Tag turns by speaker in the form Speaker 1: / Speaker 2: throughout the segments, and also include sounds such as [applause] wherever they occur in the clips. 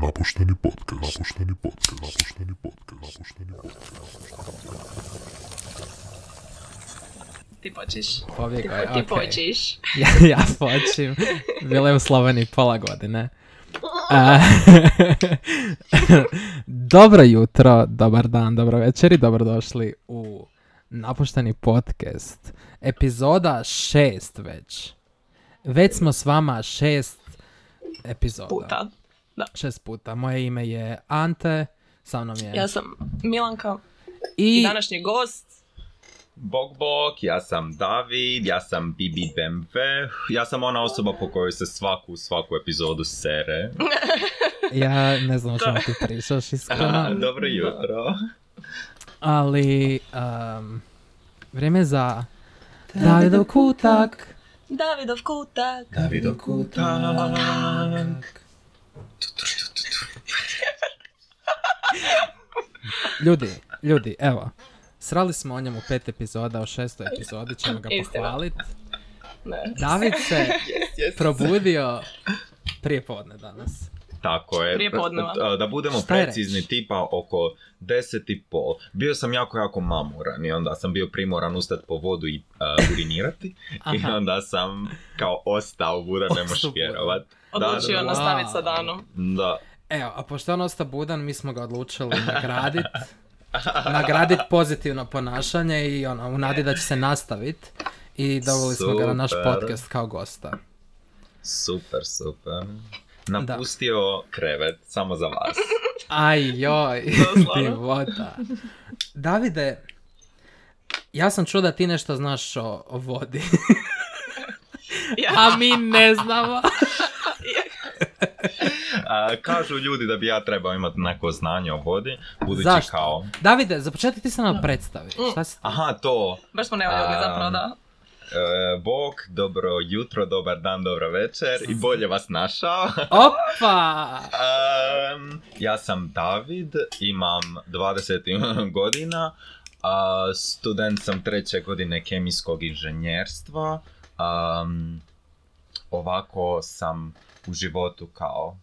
Speaker 1: Napušteni podcast. Napušteni podcast. Napušteni podcast. Napušteni podcast.
Speaker 2: Ti počeš.
Speaker 3: Pobjegao je,
Speaker 2: Ti
Speaker 3: okej.
Speaker 2: počeš.
Speaker 3: Ja, [laughs] ja počim. Bila je u Sloveniji pola godine. A, [laughs] dobro jutro, dobar dan, dobro večer i dobrodošli u napušteni podcast. Epizoda šest već. Već smo s vama šest epizoda.
Speaker 2: Puta.
Speaker 3: Šest puta. Moje ime je Ante, sa mnom je...
Speaker 2: Ja sam Milanka i
Speaker 3: I
Speaker 2: današnji gost.
Speaker 4: Bog bog, ja sam David, ja sam Bibi BMW, ja sam ona osoba po kojoj se svaku, svaku epizodu sere.
Speaker 3: ja ne znam o čemu ti
Speaker 2: [laughs]
Speaker 3: pričaš iskreno.
Speaker 4: [laughs] Dobro jutro.
Speaker 3: Ali, um, vrijeme je za Davidov kutak.
Speaker 2: Davidov kutak.
Speaker 4: Davido [laughs]
Speaker 3: Ljudi, ljudi, evo. Srali smo o njemu pet epizoda, u šestoj epizodi ćemo ga
Speaker 2: Istina.
Speaker 3: pohvaliti.
Speaker 2: Ne.
Speaker 3: David se probudio prije podne danas.
Speaker 4: Tako je.
Speaker 2: Prije podneva.
Speaker 4: Da- Da budemo
Speaker 3: Šta je
Speaker 4: precizni,
Speaker 3: reći?
Speaker 4: tipa oko deset i pol. Bio sam jako, jako mamuran i onda sam bio primoran ustati po vodu i uh, urinirati. I
Speaker 3: Aha.
Speaker 4: onda sam kao ostao budan, ne možeš
Speaker 3: Ostao budan.
Speaker 4: vjerovat.
Speaker 2: Odlučio
Speaker 4: da, da.
Speaker 2: nastaviti
Speaker 3: Wow.
Speaker 2: sa danom.
Speaker 4: Da.
Speaker 3: Evo, a pošto je on ostao budan, mi smo ga
Speaker 4: [laughs]
Speaker 3: odlučili nagradit. Nagradit pozitivno ponašanje i ono, u nadi da će se nastavit. I doveli smo ga na naš
Speaker 4: Super.
Speaker 3: podcast kao gosta.
Speaker 4: Super, super. Napustio krevet, samo za vas.
Speaker 3: Aj
Speaker 4: [laughs]
Speaker 3: joj,
Speaker 2: Doslovno.
Speaker 3: divota. Davide, ja sam čuo da ti nešto znaš o, o vodi,
Speaker 4: [laughs]
Speaker 2: Ja.
Speaker 3: a mi ne znamo.
Speaker 4: A, kažu ljudi da bi ja trebao imati neko znanje o vodi, budući
Speaker 3: Zašto?
Speaker 4: kao...
Speaker 3: Davide, za početak ti se nam predstavi.
Speaker 4: Mm.
Speaker 3: Šta si ti?
Speaker 4: Aha, to.
Speaker 2: Baš smo neuljudni
Speaker 4: Am.
Speaker 2: zapravo, da.
Speaker 4: E, bog, dobro jutro, dobar dan, dobro večer i bolje vas našao.
Speaker 3: Opa!
Speaker 4: Em, ja sam David, imam 20 godina, a, student sam treće godine kemijskog inženjerstva. Am, ovako sam u životu kao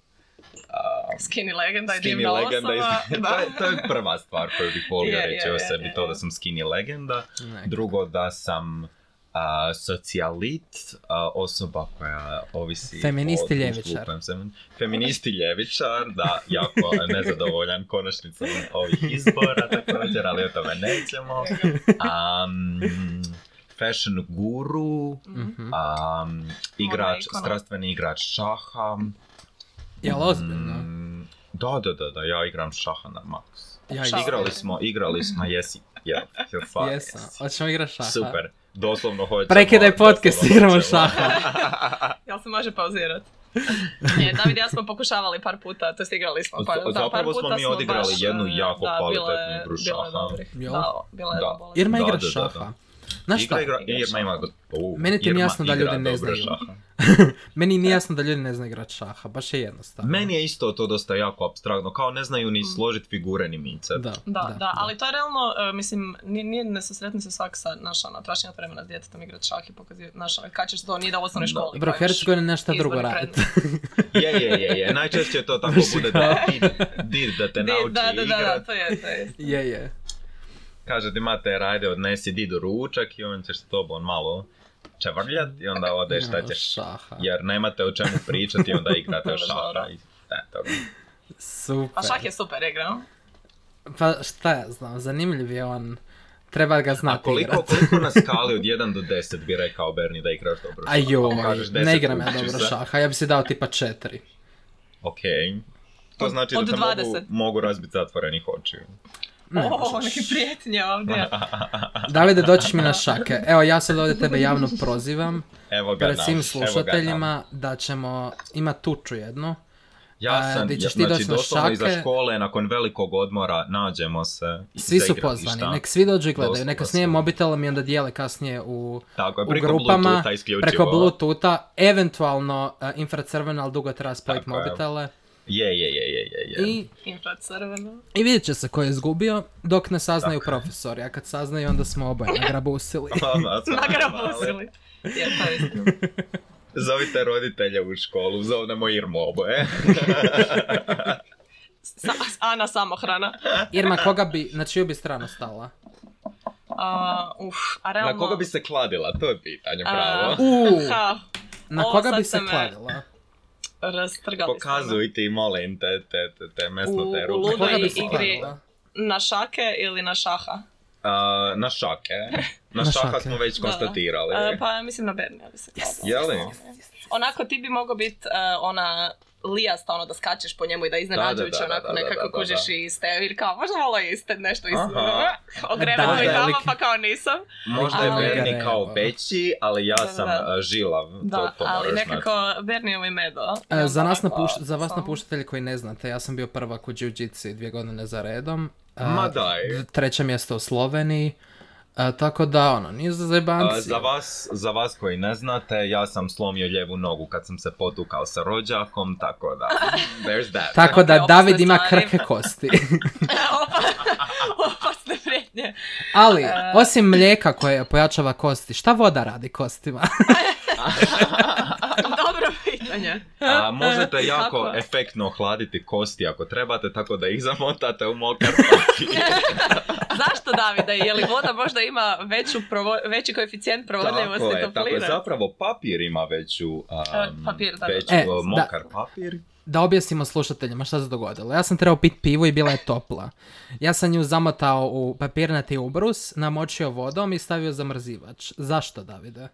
Speaker 4: a,
Speaker 2: Skinny legenda i
Speaker 4: Skinny
Speaker 2: divna
Speaker 4: legenda iz-
Speaker 2: osoba. [laughs] Da.
Speaker 4: [laughs] to, je, to je prva stvar koju bih volio
Speaker 2: Je,
Speaker 4: reći
Speaker 2: je,
Speaker 4: o
Speaker 2: je,
Speaker 4: sebi,
Speaker 2: je,
Speaker 4: to
Speaker 2: je.
Speaker 4: da sam skinny legenda.
Speaker 3: Ne.
Speaker 4: Drugo da sam a, socijalit, a, osoba koja ovisi...
Speaker 3: Feminist i
Speaker 4: o društvu
Speaker 3: ljevičar.
Speaker 4: u kojem sam- Feminist i ljevičar, da, jako nezadovoljan konačnicom ovih izbora također, ali o tome nećemo. Am, fashion guru,
Speaker 3: Mhm.
Speaker 4: am, igrač,
Speaker 2: ikona.
Speaker 4: strastveni igrač šaha.
Speaker 3: Jel ozbiljno?
Speaker 4: Mm, Da, da, da, da, ja igram šaha na maks.
Speaker 3: Ja
Speaker 2: Šalim.
Speaker 3: igram.
Speaker 4: Igrali smo, igrali smo, jesi, jel, jel, fuck,
Speaker 3: Jesam.
Speaker 4: jesi.
Speaker 3: Hoćemo igrati šaha.
Speaker 4: Super, doslovno hoćemo.
Speaker 3: Prekidaj podcast,
Speaker 4: doslovno
Speaker 3: igramo
Speaker 4: hoćemo.
Speaker 3: šaha.
Speaker 2: Jel se može
Speaker 4: [laughs]
Speaker 2: pauzirat? Ne, David i ja smo pokušavali par puta, to jest igrali smo par,
Speaker 4: Zapravo
Speaker 2: da, par
Speaker 4: smo
Speaker 2: puta
Speaker 4: mi odigrali
Speaker 2: baš,
Speaker 4: jednu
Speaker 2: e,
Speaker 4: jako
Speaker 2: da, bile-
Speaker 4: kvalitetnu igru
Speaker 2: Bilo je
Speaker 4: šaha.
Speaker 2: dobrih.
Speaker 3: Jel?
Speaker 2: Da, bila je
Speaker 4: Da.
Speaker 2: bolesna.
Speaker 3: Irma
Speaker 4: Da,
Speaker 3: igra
Speaker 4: da, da,
Speaker 3: šaha.
Speaker 4: da.
Speaker 3: Znaš šta?
Speaker 4: Igra, igra, Irma ima... u,
Speaker 3: Meni ti nije
Speaker 4: Irma
Speaker 3: jasno da
Speaker 4: igra
Speaker 3: ljudi ne
Speaker 4: dobro
Speaker 3: znaju.
Speaker 4: šaha.
Speaker 3: Meni nije jasno da ljudi ne znaju igrati šaha, baš je jednostavno.
Speaker 4: E. Meni je isto to dosta jako abstraktno, kao ne znaju ni složit figure ni mice.
Speaker 3: Da,
Speaker 2: Da, da, ali to je realno, e, mislim, nije, nije ne susretni se svak sa, naš, ono, trašenja vremena s djetetom igrat šah i pokazivati, znaš, ono, kad ćeš to, nije da u osnovnoj
Speaker 4: Da.
Speaker 2: školi.
Speaker 3: Bro,
Speaker 2: pa još
Speaker 3: Hercegovina nešto
Speaker 2: izborni
Speaker 3: drugo
Speaker 2: predmet.
Speaker 3: raditi.
Speaker 4: Je, je, je, je. Najčešće je to tako bude da did, did da [laughs] te
Speaker 2: Di-
Speaker 4: nauči
Speaker 2: Da, da, da, da,
Speaker 4: igrat.
Speaker 2: to je, to je.
Speaker 3: [laughs] je, je.
Speaker 4: Kaže ti mater, ajde odnesi didu ručak i on će s tobom malo čevrljat i onda odeš Pa šta
Speaker 3: Ono,
Speaker 4: ćeš
Speaker 3: Šaha.
Speaker 4: jer nemate o čemu pričati, onda igrate šaha. i Eto.
Speaker 3: Super.
Speaker 2: A Pa šah je super igra, no?
Speaker 3: Pa šta ja znam, zanimljiv je on. Treba ga znati
Speaker 4: A koliko,
Speaker 3: igrat.
Speaker 4: koliko na skali od 1 do 10 bi rekao Berni da igraš dobro šaha?
Speaker 3: A joj,
Speaker 4: Ako kažeš 10,
Speaker 3: ne igram ja
Speaker 4: kupiš
Speaker 3: dobro
Speaker 4: se.
Speaker 3: šaha, ja bi si dao tipa
Speaker 2: [laughs]
Speaker 3: četiri.
Speaker 4: Ok. To znači
Speaker 2: Od
Speaker 4: da te
Speaker 2: 20.
Speaker 4: mogu, mogu razbiti zatvorenih očiju.
Speaker 3: Ne,
Speaker 2: [laughs] O, neke prijetnje
Speaker 4: [laughs]
Speaker 2: ovdje.
Speaker 3: Davide, doćiš mi na šake. Evo, ja sad ovdje tebe
Speaker 2: [laughs]
Speaker 3: javno prozivam,
Speaker 4: Evo ga
Speaker 3: pred
Speaker 4: nam,
Speaker 3: svim
Speaker 4: evo ga nam.
Speaker 3: slušateljima, da ćemo imat tuču jednu.
Speaker 4: Ja
Speaker 3: A,
Speaker 4: sam,
Speaker 3: di ćeš ti
Speaker 4: znači
Speaker 3: doći na
Speaker 4: doslovno iza
Speaker 3: šake?
Speaker 4: škole, nakon velikog odmora, nađemo se.
Speaker 3: Svi
Speaker 4: iza
Speaker 3: su
Speaker 4: igrališta.
Speaker 3: pozvani, nek svi dođu i gledaju,
Speaker 4: Doslovno
Speaker 3: nek kasnije
Speaker 4: svi.
Speaker 3: mobitelom i onda dijele kasnije u,
Speaker 4: Tako je,
Speaker 3: u
Speaker 4: Pa preko
Speaker 3: grupama,
Speaker 4: Bluetootha isključivo.
Speaker 3: preko Bluetootha, eventualno e, infracrveno, ali dugo treba spojit
Speaker 4: Tako je.
Speaker 3: mobitele.
Speaker 4: Je, je, je, je, je. [laughs] je.
Speaker 3: I
Speaker 2: Infracrveno.
Speaker 3: I vidjet će se ko je izgubio dok ne saznaju profesori, a kad saznaju onda smo oboje
Speaker 2: [laughs]
Speaker 3: nagrabusili. [laughs]
Speaker 4: Mama,
Speaker 2: Na
Speaker 4: male.
Speaker 2: grabusili. Je, to je istina.
Speaker 4: Zovite roditelje u školu, zovnemo Irmu oboje.
Speaker 2: Ana samohrana.
Speaker 3: Irma, koga bi, na čiju bi stranu
Speaker 2: [laughs]
Speaker 3: stala?
Speaker 2: A, uf, a realno...
Speaker 4: [laughs] Na koga bi se kladila, to je pitanje,
Speaker 2: A,
Speaker 4: pravo.
Speaker 3: U,
Speaker 2: Ha,
Speaker 3: na
Speaker 2: ovo
Speaker 3: koga
Speaker 2: sad
Speaker 3: bi
Speaker 2: ste
Speaker 3: se
Speaker 2: me-
Speaker 3: kladila?
Speaker 2: rastrgali ste me.
Speaker 4: Pokazujte i molim te, te, te, te
Speaker 2: U-
Speaker 4: mesno
Speaker 2: u
Speaker 4: te
Speaker 3: Na
Speaker 4: ruke.
Speaker 2: ludoj
Speaker 3: koga bi
Speaker 2: i-
Speaker 3: se
Speaker 2: igri.
Speaker 3: kladila?
Speaker 2: Na šake ili na šaha?
Speaker 4: A, na šake. Na,
Speaker 3: Na
Speaker 4: šaha
Speaker 3: šake.
Speaker 4: smo već
Speaker 2: Da, da.
Speaker 4: konstatirali.
Speaker 2: E, pa mislim na Bernija bi se kladila.
Speaker 4: Je li?
Speaker 2: Onako ti bi mogao biti ona lijasta, ono da skačeš po njemu i da iznenađujuće
Speaker 4: Da, da, da,
Speaker 2: onako
Speaker 4: da, da,
Speaker 2: nekako
Speaker 4: da, da,
Speaker 2: kužiš
Speaker 4: da.
Speaker 2: i iz te, ili kao možda malo iste nešto iz... [laughs]
Speaker 4: Aha.
Speaker 2: Ogrebeno
Speaker 4: Da,
Speaker 2: i
Speaker 4: da,
Speaker 2: tamo
Speaker 3: lik-
Speaker 2: pa kao nisam.
Speaker 4: Možda je
Speaker 2: Ali-
Speaker 4: Berni kao
Speaker 3: Da, da.
Speaker 4: veći, ali ja
Speaker 2: Da, da,
Speaker 4: sam
Speaker 2: da.
Speaker 4: a, žilav.
Speaker 2: Da,
Speaker 4: to, to
Speaker 2: ali
Speaker 4: moraš
Speaker 2: nekako Bernijevo i Medo. I
Speaker 3: E,
Speaker 2: onda
Speaker 3: za, nas
Speaker 2: onako
Speaker 3: napuš- za vas
Speaker 2: sam- [laughs]
Speaker 3: napuštitelji koji ne znate, ja sam bio prvak u jiu-jitsu dvije godine za redom. E,
Speaker 4: Ma daj.
Speaker 3: d- Treće mjesto u Sloveniji. E, tako da, ono, nije za
Speaker 4: A,
Speaker 3: zajebanci.
Speaker 4: za, vas, za vas koji ne znate, ja sam slomio lijevu nogu kad sam se potukao sa rođakom, tako
Speaker 2: [laughs]
Speaker 4: da, there's that.
Speaker 3: Tako da
Speaker 2: Opasne
Speaker 3: David ima
Speaker 2: stvari.
Speaker 3: krke kosti. [laughs]
Speaker 2: Opasne prijetnje.
Speaker 3: Ali,
Speaker 2: E.
Speaker 3: osim mlijeka koje pojačava kosti, šta voda radi kostima? [laughs]
Speaker 2: Dobro
Speaker 4: [laughs]
Speaker 2: pitanje.
Speaker 4: A možete jako
Speaker 2: Tako.
Speaker 4: efektno ohladiti kosti ako trebate, tako da ih zamotate u mokar
Speaker 2: [laughs]
Speaker 4: papir.
Speaker 2: Zašto Davide? Je li voda možda ima veću provo- veći koeficijent provodljivosti
Speaker 4: tako je, tako je.
Speaker 2: topline?
Speaker 4: Zapravo papir ima veću, um,
Speaker 2: E, papir, da, da.
Speaker 4: veću
Speaker 3: E,
Speaker 4: uh,
Speaker 3: da.
Speaker 4: mokar papir.
Speaker 3: da objasnimo slušateljima šta se dogodilo. Ja sam trebao pit pivu i bila je topla. Ja sam nju zamotao u papirnati ubrus, namočio vodom i stavio u zamrzivač. Zašto, Davide?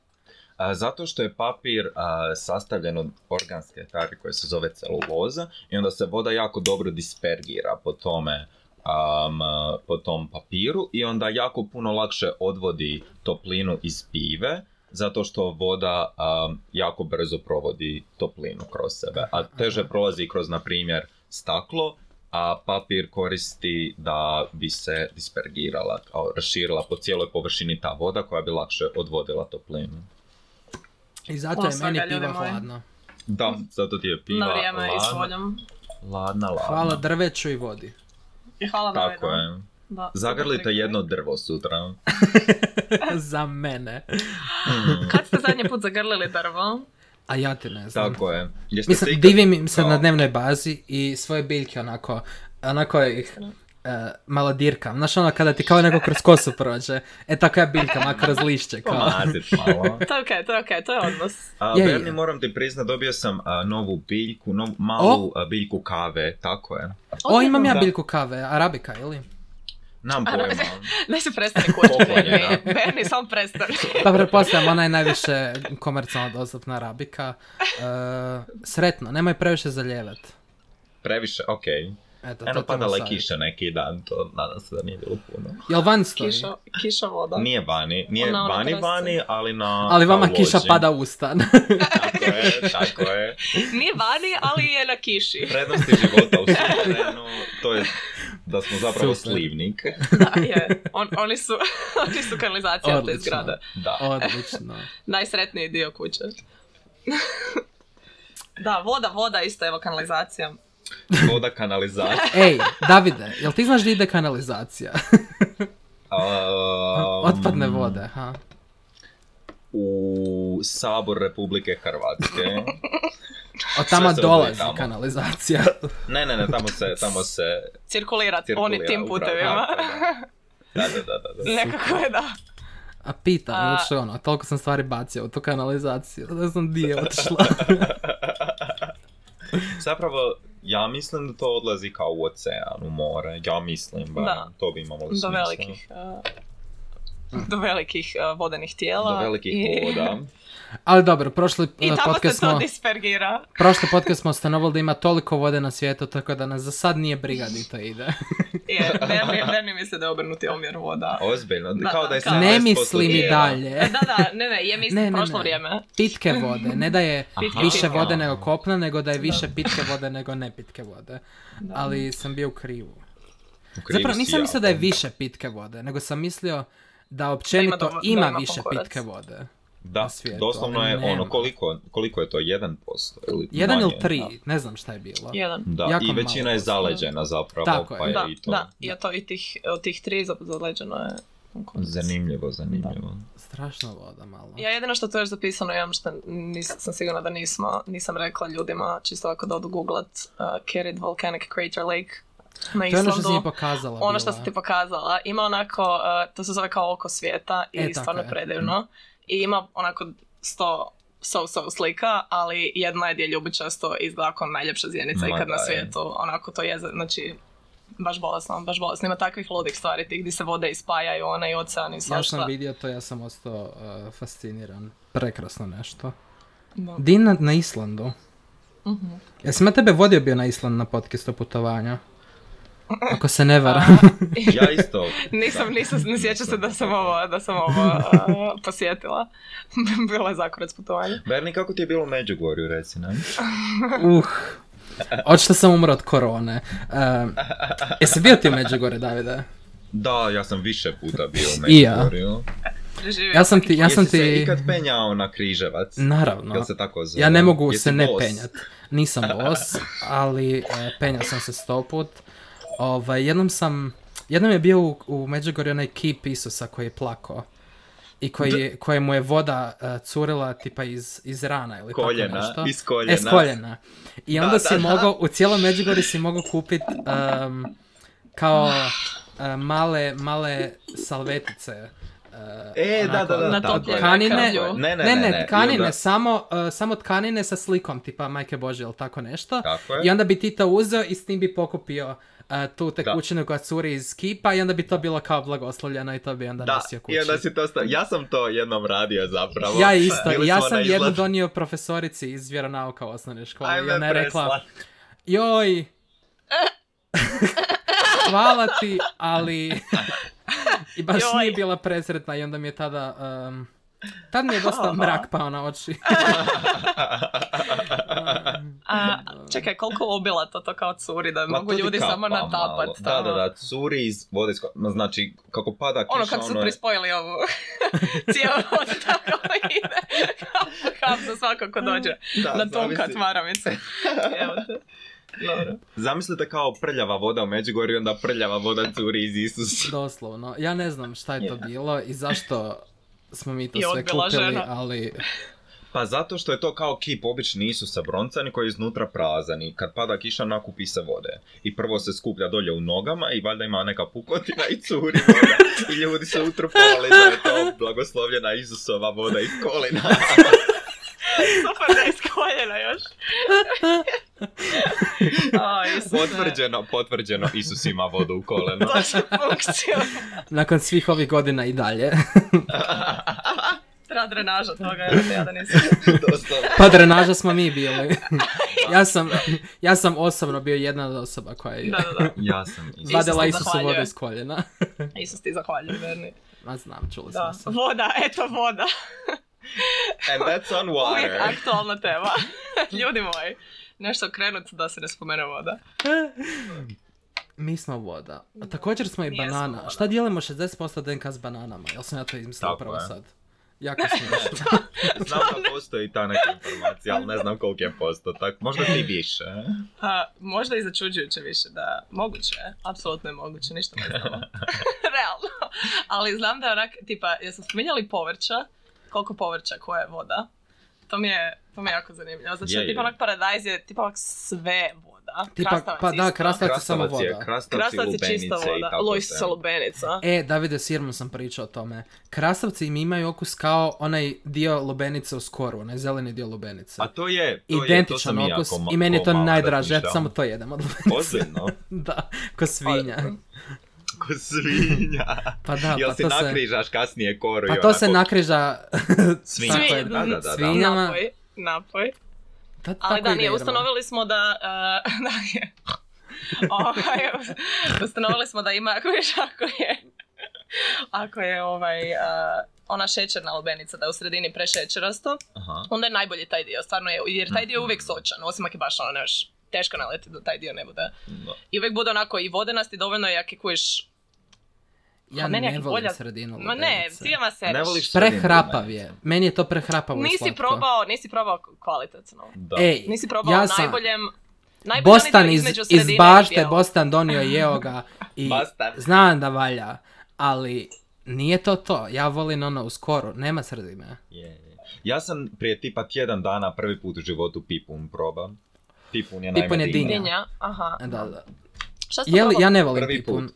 Speaker 4: A, zato što je papir a, sastavljen od organske tvari koje se zove celuloza i onda se voda jako dobro dispergira po tome am, a, po tom papiru i onda jako puno lakše odvodi toplinu iz pive zato što voda am, jako brzo provodi toplinu kroz sebe, a teže prolazi kroz, na primjer, staklo, a papir koristi da bi se dispergirala, kao raširila po cijeloj površini ta voda koja bi lakše odvodila toplinu.
Speaker 3: I zato je
Speaker 2: Osvega,
Speaker 3: meni
Speaker 2: ljudi
Speaker 3: piva
Speaker 2: moji.
Speaker 3: hladna.
Speaker 4: Da, zato ti je piva
Speaker 2: Na vrijeme i s
Speaker 4: ladna,
Speaker 2: voljom.
Speaker 4: ladna, ladna.
Speaker 3: Hvala drveću i vodi. [laughs]
Speaker 2: I hvala na ovaj
Speaker 4: Tako je.
Speaker 2: Da,
Speaker 4: Zagrlite
Speaker 2: super,
Speaker 4: jedno drvo sutra.
Speaker 2: [laughs]
Speaker 4: [laughs]
Speaker 3: Za mene.
Speaker 2: Kad ste zadnji put zagrlili drvo?
Speaker 3: A ja ti ne znam.
Speaker 4: Tako je. Jeste se
Speaker 3: Mislim,
Speaker 4: ikad-
Speaker 3: divim im se
Speaker 4: Kao-
Speaker 3: na dnevnoj bazi i svoje biljke onako, onako ih e, malo dirkam. Znaš ono kada ti kao neko kroz kosu prođe. E tako ja biljkam, ako kroz lišće. Kao. [laughs]
Speaker 4: Pomazit malo.
Speaker 2: To je okej, to je okej, to je [laughs] odnos.
Speaker 4: A,
Speaker 3: Je, je.
Speaker 4: Berni, moram ti priznat, dobio sam a, novu biljku, nov, malu a, biljku kave, tako je.
Speaker 3: O, imam ja
Speaker 4: Da.
Speaker 3: biljku kave, arabika ili?
Speaker 4: Nam pojma.
Speaker 2: [laughs] Ne se prestani kući,
Speaker 4: Poklonjena.
Speaker 2: Berni. Berni, samo prestani.
Speaker 3: Pa pretpostavljam, ona je najviše komercijalno dostupna arabika. E, sretno, nemoj previše zaljevat.
Speaker 4: Previše, okej.
Speaker 3: Eto, to ti
Speaker 4: Eno,
Speaker 3: je moj
Speaker 4: padala je
Speaker 3: savjet.
Speaker 4: kiša neki dan, to nadam se da nije bilo puno.
Speaker 3: Jel van stoji?
Speaker 2: Kiša, kiša voda.
Speaker 4: Nije vani, nije
Speaker 2: Ona, ona
Speaker 4: vani
Speaker 2: terasa.
Speaker 4: vani, ali na
Speaker 3: Ali vama
Speaker 4: na
Speaker 3: kiša
Speaker 4: lođi.
Speaker 3: pada u stan.
Speaker 4: Tako je, tako je.
Speaker 2: Nije vani, ali je na kiši.
Speaker 4: Prednosti života
Speaker 3: [laughs]
Speaker 4: u suverenu, to je da smo zapravo
Speaker 3: Super.
Speaker 4: slivnik.
Speaker 2: [laughs] Da, je. On, oni, su, [laughs] oni su kanalizacija te
Speaker 3: Odlično.
Speaker 2: zgrade.
Speaker 4: Da.
Speaker 3: Odlično.
Speaker 2: Najsretniji dio kuće. [laughs] da, voda, voda isto, evo, kanalizacija.
Speaker 4: voda
Speaker 3: [laughs]
Speaker 4: kanalizacija.
Speaker 3: Ej, Davide, jel ti znaš gdje ide kanalizacija?
Speaker 4: Um,
Speaker 3: Otpadne vode, ha?
Speaker 4: U Sabor Republike Hrvatske.
Speaker 3: Od tama
Speaker 4: Sve se
Speaker 3: dolazi
Speaker 4: odvoji tamo.
Speaker 3: kanalizacija.
Speaker 4: Ne, ne, ne, tamo se, tamo se
Speaker 2: Cirkulira,
Speaker 4: cirkulira.
Speaker 2: oni tim
Speaker 4: upravo,
Speaker 2: putevima.
Speaker 4: tako je. Da, da, da, da. da.
Speaker 2: [laughs] Nekako je da.
Speaker 3: A pitam,
Speaker 2: A-
Speaker 3: znači ono, toliko sam stvari bacio u tu kanalizaciju, da sam di je otišla.
Speaker 4: Zapravo, ja mislim da to odlazi kao u ocean, u more. Ja mislim, ba,
Speaker 2: Da.
Speaker 4: to bi imalo
Speaker 2: do
Speaker 4: smisla.
Speaker 2: velikih uh, do velikih uh, vodenih tijela.
Speaker 4: Do velikih
Speaker 2: i,
Speaker 3: [laughs]
Speaker 4: voda.
Speaker 3: Ali dobro, prošli
Speaker 2: [laughs] I
Speaker 3: eh,
Speaker 2: tamo
Speaker 3: podcast
Speaker 2: se to
Speaker 3: smo...
Speaker 2: dispergira.
Speaker 3: Prošli podcast smo ustanovili da ima toliko vode na svijetu, tako da nas za sad nije briga di to ide.
Speaker 2: Je, Berni, Berni misli da je obrnuti omjer voda.
Speaker 4: Ozbiljno,
Speaker 2: Da,
Speaker 4: kao da je
Speaker 2: kao-
Speaker 4: 17%
Speaker 3: Ne mislim i
Speaker 4: tijela.
Speaker 3: dalje.
Speaker 2: Da, da, ne, ne, je mislim
Speaker 3: Ne, ne,
Speaker 2: prošlo
Speaker 3: ne.
Speaker 2: vrijeme.
Speaker 3: Pitke vode, ne da je
Speaker 2: Pitke
Speaker 3: više
Speaker 2: vode.
Speaker 3: vode nego kopna, nego da je više pitke vode nego ne pitke vode. Ali sam bio u krivu.
Speaker 4: U krivu
Speaker 3: Zapravo
Speaker 4: si
Speaker 3: nisam
Speaker 4: ja.
Speaker 3: mislio da je više pitke vode, nego sam mislio da općenito
Speaker 2: dovoljno- da
Speaker 3: ima
Speaker 2: ima
Speaker 3: više
Speaker 2: pokorac.
Speaker 3: pitke vode.
Speaker 4: Da,
Speaker 3: na svijetu,
Speaker 4: doslovno
Speaker 3: ali
Speaker 4: je ono,
Speaker 3: nema.
Speaker 4: koliko, koliko je to, 1% ili
Speaker 3: Jedan ili
Speaker 4: manje?
Speaker 3: tri, ne znam šta je bilo.
Speaker 2: Jedan.
Speaker 4: Da,
Speaker 3: Jako
Speaker 4: i većina
Speaker 3: malo
Speaker 4: je
Speaker 3: posto.
Speaker 4: zaleđena zapravo,
Speaker 3: Tako je.
Speaker 4: pa je
Speaker 2: Da,
Speaker 4: i to
Speaker 2: da, i to i tih, od tih tri za- zadleđeno je.
Speaker 4: zanimljivo, zanimljivo.
Speaker 3: Strašna voda malo.
Speaker 2: Ja jedino što tu još zapisano imam što nisam sam sigurna da nismo, nisam rekla ljudima, čisto ovako da odu googlat uh, Carried Volcanic Crater Lake na
Speaker 3: To je ono što
Speaker 2: Islandu.
Speaker 3: si mi pokazala.
Speaker 2: ono što
Speaker 3: bila.
Speaker 2: sam ti pokazala. Ima onako, eh, to se zove kao oko svijeta i
Speaker 3: E, tako
Speaker 2: stvarno
Speaker 3: je.
Speaker 2: predivno. I ima onako sto so so slika, ali jedna je gdje je ljubičasto i izgleda kao najljepša zvijenica
Speaker 4: Ma
Speaker 2: ikad na
Speaker 4: daj.
Speaker 2: svijetu. Onako to je, za- znači, baš bolesno, baš bolesno. Ima takvih ludih stvari, tih gdje se vode ispajaju, ona i ocean i svašta.
Speaker 3: Ja sam vidio to, ja sam ostao uh, fasciniran. Prekrasno nešto.
Speaker 2: Da.
Speaker 3: Din na, na Islandu.
Speaker 2: Mhm.
Speaker 3: Jesam ja tebe vodio bio na Island na podcast o
Speaker 2: [laughs]
Speaker 3: putovanja? Ako se ne
Speaker 2: A,
Speaker 3: varam.
Speaker 4: Ja
Speaker 2: [laughs]
Speaker 4: isto.
Speaker 2: nisam,
Speaker 4: da.
Speaker 2: nisam, ne sjećam se da
Speaker 3: [laughs]
Speaker 2: sam ovo, da sam ovo eh, posjetila. [laughs] Bilo je zakorac putovanje.
Speaker 4: Berni, kako ti je bilo u Međugorju, reci nam?
Speaker 3: uh. Očito sam umro od korone. Uh, jesi bio ti u Međugorje, Davide?
Speaker 4: Da, ja sam više puta bio
Speaker 3: [laughs]
Speaker 4: u
Speaker 3: I ja.
Speaker 4: Međugorju.
Speaker 2: Živio.
Speaker 3: Ja sam ti... Ja sam
Speaker 4: Jesi se
Speaker 3: ti...
Speaker 4: ikad penjao na križevac? Jel
Speaker 3: Naravno.
Speaker 4: se tako zove?
Speaker 3: Ja ne mogu
Speaker 4: Jesi
Speaker 3: se ne
Speaker 4: boss?
Speaker 3: penjat. Nisam
Speaker 4: [laughs]
Speaker 3: bos, ali e, penjao sam se sto put. Ovaj, jednom sam, jednom je bio u, u Međugorju onaj kip Isusa koji je plako. I koji, je- kojemu je voda e, curila tipa iz, iz rana ili
Speaker 4: Koljena,
Speaker 3: tako nešto.
Speaker 4: iz koljena.
Speaker 3: E, s koljena. I onda
Speaker 4: Da,
Speaker 3: si
Speaker 4: da, da.
Speaker 3: mogao, u cijelom Međugorju si mogao kupit em, kao e, male, male salvetice.
Speaker 4: E, da, da, da,
Speaker 2: Na
Speaker 4: tako
Speaker 2: topljene
Speaker 4: je.
Speaker 3: tkanine,
Speaker 4: Tako je.
Speaker 3: ne, ne, ne, tkanine,
Speaker 4: I onda-
Speaker 3: samo, uh, samo tkanine sa slikom, tipa Majke Bože ili tako nešto.
Speaker 4: Tako je.
Speaker 3: I onda bi ti to uzeo i s tim bi pokupio uh, tu tekućinu koja curi iz kipa i onda bi to bilo kao blagoslovljeno i to bi onda
Speaker 4: Da,
Speaker 3: nosio kući.
Speaker 4: i onda si to sta... Ja sam to jednom radio zapravo. [laughs]
Speaker 3: Ja isto,
Speaker 4: Bili
Speaker 3: ja
Speaker 4: smo
Speaker 3: sam
Speaker 4: na
Speaker 3: jednu
Speaker 4: izlet-
Speaker 3: donio profesorici iz vjeronauka u osnovnoj
Speaker 2: Pa
Speaker 3: školi i
Speaker 4: Ajme,
Speaker 3: ona je rekla,
Speaker 4: preslat.
Speaker 3: joj, hvala ti, ali... I baš
Speaker 2: Joj.
Speaker 3: nije bila presretna i onda mi je tada... em, tad mi je dosta
Speaker 4: Aha.
Speaker 3: mrak pao na oči.
Speaker 4: [laughs]
Speaker 2: A, čekaj, koliko obila to, to kao curi, da
Speaker 4: [laughs] Ma,
Speaker 2: mogu
Speaker 4: to ti
Speaker 2: ljudi samo
Speaker 4: kapa
Speaker 2: natapat.
Speaker 4: malo. Da, da, da, curi iz vode iz ko- ma, Znači, kako pada kiša,
Speaker 2: Ono kako su
Speaker 4: je-
Speaker 2: prispojili ovu [laughs] cijelu vodu tako ide. [laughs] Kap za svako ko dođe
Speaker 4: [laughs] Da,
Speaker 2: na tom
Speaker 4: zavisi-
Speaker 2: kat
Speaker 4: [laughs]
Speaker 2: maramice. Evo te. Dobro.
Speaker 4: Zamislite kao prljava voda u Međugorju, onda prljava voda curi iz Isusa. [laughs]
Speaker 3: Doslovno. Ja ne znam šta je to bilo i zašto smo mi to
Speaker 2: I
Speaker 3: sve
Speaker 2: odbila
Speaker 3: kupili,
Speaker 2: žena.
Speaker 3: ali...
Speaker 4: Pa zato što je to kao kip obični Isusa broncani koji je iznutra prazan i kad pada kiša nakupi se vode. I prvo se skuplja dolje u nogama i valjda ima neka pukotina i curi voda. I ljudi se utrupali da je to blagoslovljena Isusova voda iz kolina.
Speaker 2: [laughs] Super da je iskoljena
Speaker 4: [laughs]
Speaker 2: još. A, Isuse.
Speaker 4: Potvrđeno, potvrđeno, Isus ima vodu u [laughs] koleno.
Speaker 2: Točnu funkciju.
Speaker 3: Nakon svih ovih godina i dalje. [laughs]
Speaker 2: Treba drenaža toga, evo te, ja da
Speaker 4: [laughs]
Speaker 2: nisam.
Speaker 4: Doslovno.
Speaker 3: Pa drenaža smo
Speaker 2: [laughs]
Speaker 3: mi bili. Ja sam, ja sam osobno bio jedna od osoba koja je
Speaker 2: Da, da, da.
Speaker 4: Ja sam Isus.
Speaker 2: Isus
Speaker 3: [laughs] vadila
Speaker 2: ti
Speaker 3: Isusu
Speaker 2: zahvaljuje.
Speaker 3: vodu iz koljena.
Speaker 2: Isus ti zahvaljujem, Verni.
Speaker 3: Ma znam, čuli
Speaker 2: Da.
Speaker 3: smo se. [laughs]
Speaker 2: Voda, eto voda.
Speaker 4: And that's on
Speaker 2: Uvijek
Speaker 4: water.
Speaker 2: aktualna tema. [laughs] Ljudi moji, nešto krenut da se ne spomene voda.
Speaker 3: Mi smo voda. A također smo i
Speaker 2: Nije smo
Speaker 3: banana.
Speaker 2: voda.
Speaker 3: Šta dijelimo 60% DNK s bananama? Jel sam ja to izmislio
Speaker 4: Tako
Speaker 3: upravo
Speaker 4: je.
Speaker 3: sad? Jako
Speaker 2: [laughs]
Speaker 3: smiješno.
Speaker 4: Znam da postoji ta neka informacija, ali ne znam koliko je postotak. Možda ti više. eh?
Speaker 2: A, Pa možda i začuđujuće više da moguće, je, apsolutno je moguće, ništa ne
Speaker 4: [laughs]
Speaker 2: znamo. [laughs] Realno. Ali znam da je onak, tipa, jesam spominjali povrća, koliko povrća, koja je voda. To mi je, to mi je jako zanimljivo. Znači,
Speaker 4: Je, je.
Speaker 2: tipa onak paradajz je tipa onak sve voda.
Speaker 3: Tipa,
Speaker 2: Krastavac
Speaker 3: pa da,
Speaker 2: isto.
Speaker 3: krastavac je samo
Speaker 4: Krastavac je,
Speaker 3: voda.
Speaker 4: krastavac i
Speaker 2: Krastavac je čista
Speaker 4: lubenice i
Speaker 2: voda.
Speaker 4: tako
Speaker 2: Lojsica
Speaker 4: te.
Speaker 2: lubenica.
Speaker 3: E, Davide Sirman sam pričao o tome. Krastavci im imaju okus kao onaj dio lubenice u skoru, onaj zeleni dio lubenice.
Speaker 4: A to je, to je, to sam
Speaker 3: Identičan
Speaker 4: i
Speaker 3: okus
Speaker 4: jako ma-
Speaker 3: i meni je to
Speaker 4: malo
Speaker 3: najdraže, ja
Speaker 4: razmišljao.
Speaker 3: samo to jedem od lubenice.
Speaker 4: Ozbiljno,
Speaker 3: [laughs] da, ko svinja.
Speaker 2: Pa,
Speaker 4: ko svinja.
Speaker 3: Pa da,
Speaker 4: Jel
Speaker 3: pa
Speaker 4: si
Speaker 3: to se...
Speaker 4: nakrižaš kasnije koru
Speaker 3: Pa
Speaker 4: i
Speaker 3: to se
Speaker 4: onako-
Speaker 3: nakriža...
Speaker 4: [laughs] Svinja.
Speaker 3: Tako pa je,
Speaker 2: Svi-
Speaker 4: Da, da, da, da.
Speaker 3: svinjama.
Speaker 2: Napoj, napoj.
Speaker 3: Da,
Speaker 2: Ali
Speaker 3: tako
Speaker 2: da,
Speaker 3: ide
Speaker 2: nije,
Speaker 3: igrama.
Speaker 2: ustanovili smo da... eh, [laughs] da je. Ovaj, ustanovili smo da ima, ako viš, ako je... Ako je ovaj... eh, ona šećerna lubenica da je u sredini prešećerasto,
Speaker 4: Aha.
Speaker 2: onda je najbolji taj dio, stvarno je, jer taj dio je uvijek sočan, osim ako je baš ono, neš, teško naleti da taj dio ne bude.
Speaker 4: Da.
Speaker 2: I uvijek bude onako i vodenasti, dovoljno je ako kuješ...
Speaker 3: Ja
Speaker 2: A meni
Speaker 3: ne
Speaker 2: je
Speaker 3: volim
Speaker 2: bolja-
Speaker 3: sredinu
Speaker 2: Ma ne,
Speaker 3: lubenice.
Speaker 2: svima se
Speaker 4: Ne voliš
Speaker 3: Prehrapav je. Meni je to prehrapavo i
Speaker 2: Nisi
Speaker 3: pa slatko.
Speaker 2: probao, nisi probao kvalitetno.
Speaker 4: Da.
Speaker 3: Ej,
Speaker 2: Nisi probao
Speaker 3: ja sam-
Speaker 2: najboljem... najbolji onaj
Speaker 3: Bostan
Speaker 2: dio
Speaker 3: iz,
Speaker 2: između
Speaker 3: iz
Speaker 2: sredine i
Speaker 3: bašte,
Speaker 2: bijela.
Speaker 3: Bostan donio
Speaker 2: [laughs]
Speaker 3: jeo ga i
Speaker 4: Bostan.
Speaker 3: znam da valja, ali nije to to. Ja volim ono u skoru, nema sredine.
Speaker 4: Je, je. Ja sam prije tipa tjedan dana prvi put u životu pipun probam. Pipun je
Speaker 3: Pipun
Speaker 4: naime
Speaker 3: je dinja.
Speaker 4: dinja.
Speaker 2: Dinja, aha.
Speaker 3: Da, da.
Speaker 2: Šta ste
Speaker 3: Je li,
Speaker 2: probali?
Speaker 3: ja ne volim
Speaker 4: Prvi
Speaker 3: pipun.
Speaker 4: put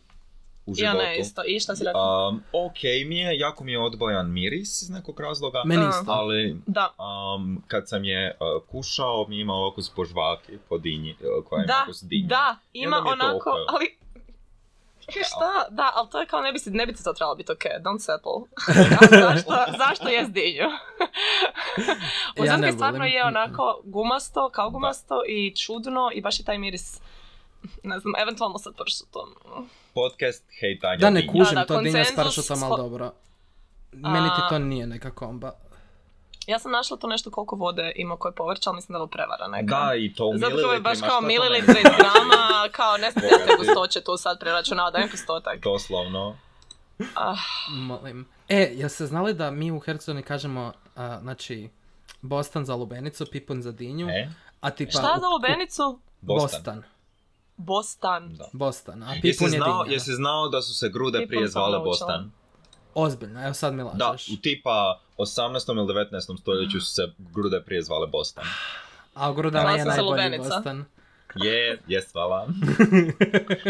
Speaker 4: u
Speaker 2: Ja
Speaker 4: životu.
Speaker 2: ne isto. I šta si rekao?
Speaker 4: Um, ok mi je, jako mi je odbojan miris iz nekog razloga,
Speaker 3: Meni
Speaker 2: A.
Speaker 3: isto.
Speaker 4: ali
Speaker 2: Da.
Speaker 4: um, kad sam je uh, kušao mi je imao okus požvaki po dinji, uh, koja ima
Speaker 2: Da,
Speaker 4: okus dinje.
Speaker 2: da, ima
Speaker 4: onda mi je to
Speaker 2: onako,
Speaker 4: ok.
Speaker 2: ali... Šta? Da, ali to je kao ne bi, si- ne bi ti to trebalo biti ok, don't
Speaker 4: [laughs]
Speaker 2: settle. zašto, zašto jest dinju?
Speaker 3: ne
Speaker 2: U Zanskoj stvarno
Speaker 3: volim.
Speaker 2: je onako gumasto, kao gumasto i čudno i baš je taj miris, ne znam, eventualno sad pršutom.
Speaker 4: Podcast Hej Tanja
Speaker 3: Da ne
Speaker 4: Dinja.
Speaker 3: kužim
Speaker 2: Da, da,
Speaker 3: to dinja s
Speaker 2: konsenzus
Speaker 3: pršutom, ali
Speaker 2: slo-
Speaker 3: dobro. Meni ti
Speaker 2: A-
Speaker 3: to nije neka komba.
Speaker 2: Ja sam našla to nešto koliko vode ima koje povrće, ali mislim da je ovo prevara neka.
Speaker 4: Da, i to Pa u
Speaker 2: Zato što je
Speaker 4: mililitrima,
Speaker 2: baš kao
Speaker 4: što to meni
Speaker 2: mililitre iz grama, kao ne znam, ja
Speaker 4: Bogati.
Speaker 2: te gustoće tu sad preračunao, da je
Speaker 4: Pa
Speaker 2: postotak.
Speaker 4: [laughs] Doslovno.
Speaker 2: Ah,
Speaker 3: Molim. E, jel ste znali da mi u Hercegovini kažemo, a, znači, Bostan za lubenicu, pipun za dinju,
Speaker 4: E?
Speaker 3: a tipa...
Speaker 2: šta
Speaker 3: u-
Speaker 2: za lubenicu?
Speaker 3: u-
Speaker 4: Bostan.
Speaker 3: Bostan.
Speaker 2: Bostan.
Speaker 4: Da.
Speaker 3: Bostan, a
Speaker 4: Jesi
Speaker 3: pipun je
Speaker 4: znao,
Speaker 3: dinja.
Speaker 4: jesi znao da su se grude
Speaker 2: Pipun
Speaker 4: prije
Speaker 2: sam
Speaker 4: zvale
Speaker 2: naučila.
Speaker 4: Bostan?
Speaker 3: Ozbiljno, evo sad mi lažeš.
Speaker 4: Da, u tipa 18. ili 19. stoljeću su se grude prije zvale Bostan.
Speaker 3: A u Grudama je
Speaker 2: Bostan za
Speaker 3: najbolji
Speaker 2: lubenica.
Speaker 3: Bostan.
Speaker 4: Je,
Speaker 3: [laughs]
Speaker 4: jest, hvala.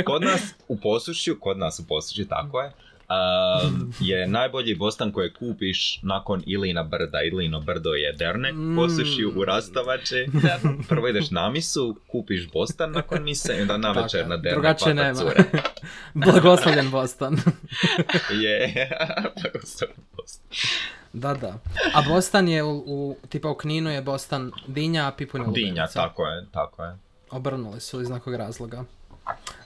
Speaker 4: Kod nas u posušju, kod nas u posušju, tako je, um, je najbolji bostan koje kupiš nakon Ilina brda. Ilino brdo je dernek,
Speaker 3: Mm.
Speaker 4: posušju u
Speaker 3: [laughs]
Speaker 4: rastavači. Prvo ideš na misu, kupiš bostan nakon mise i onda navečer
Speaker 3: Tako,
Speaker 4: na dernek
Speaker 3: drugačije
Speaker 4: hvata
Speaker 3: nema. [laughs]
Speaker 4: cure. [laughs]
Speaker 3: Blagoslovljen Bostan. [laughs]
Speaker 4: Je, [laughs] tako sam bostan.
Speaker 3: da, da. A Bostan je u, u- tipa u Kninu je Bostan dinja, a pipun je lubenica.
Speaker 4: Dinja, tako je, tako je.
Speaker 3: Obrnuli su iz nekog razloga.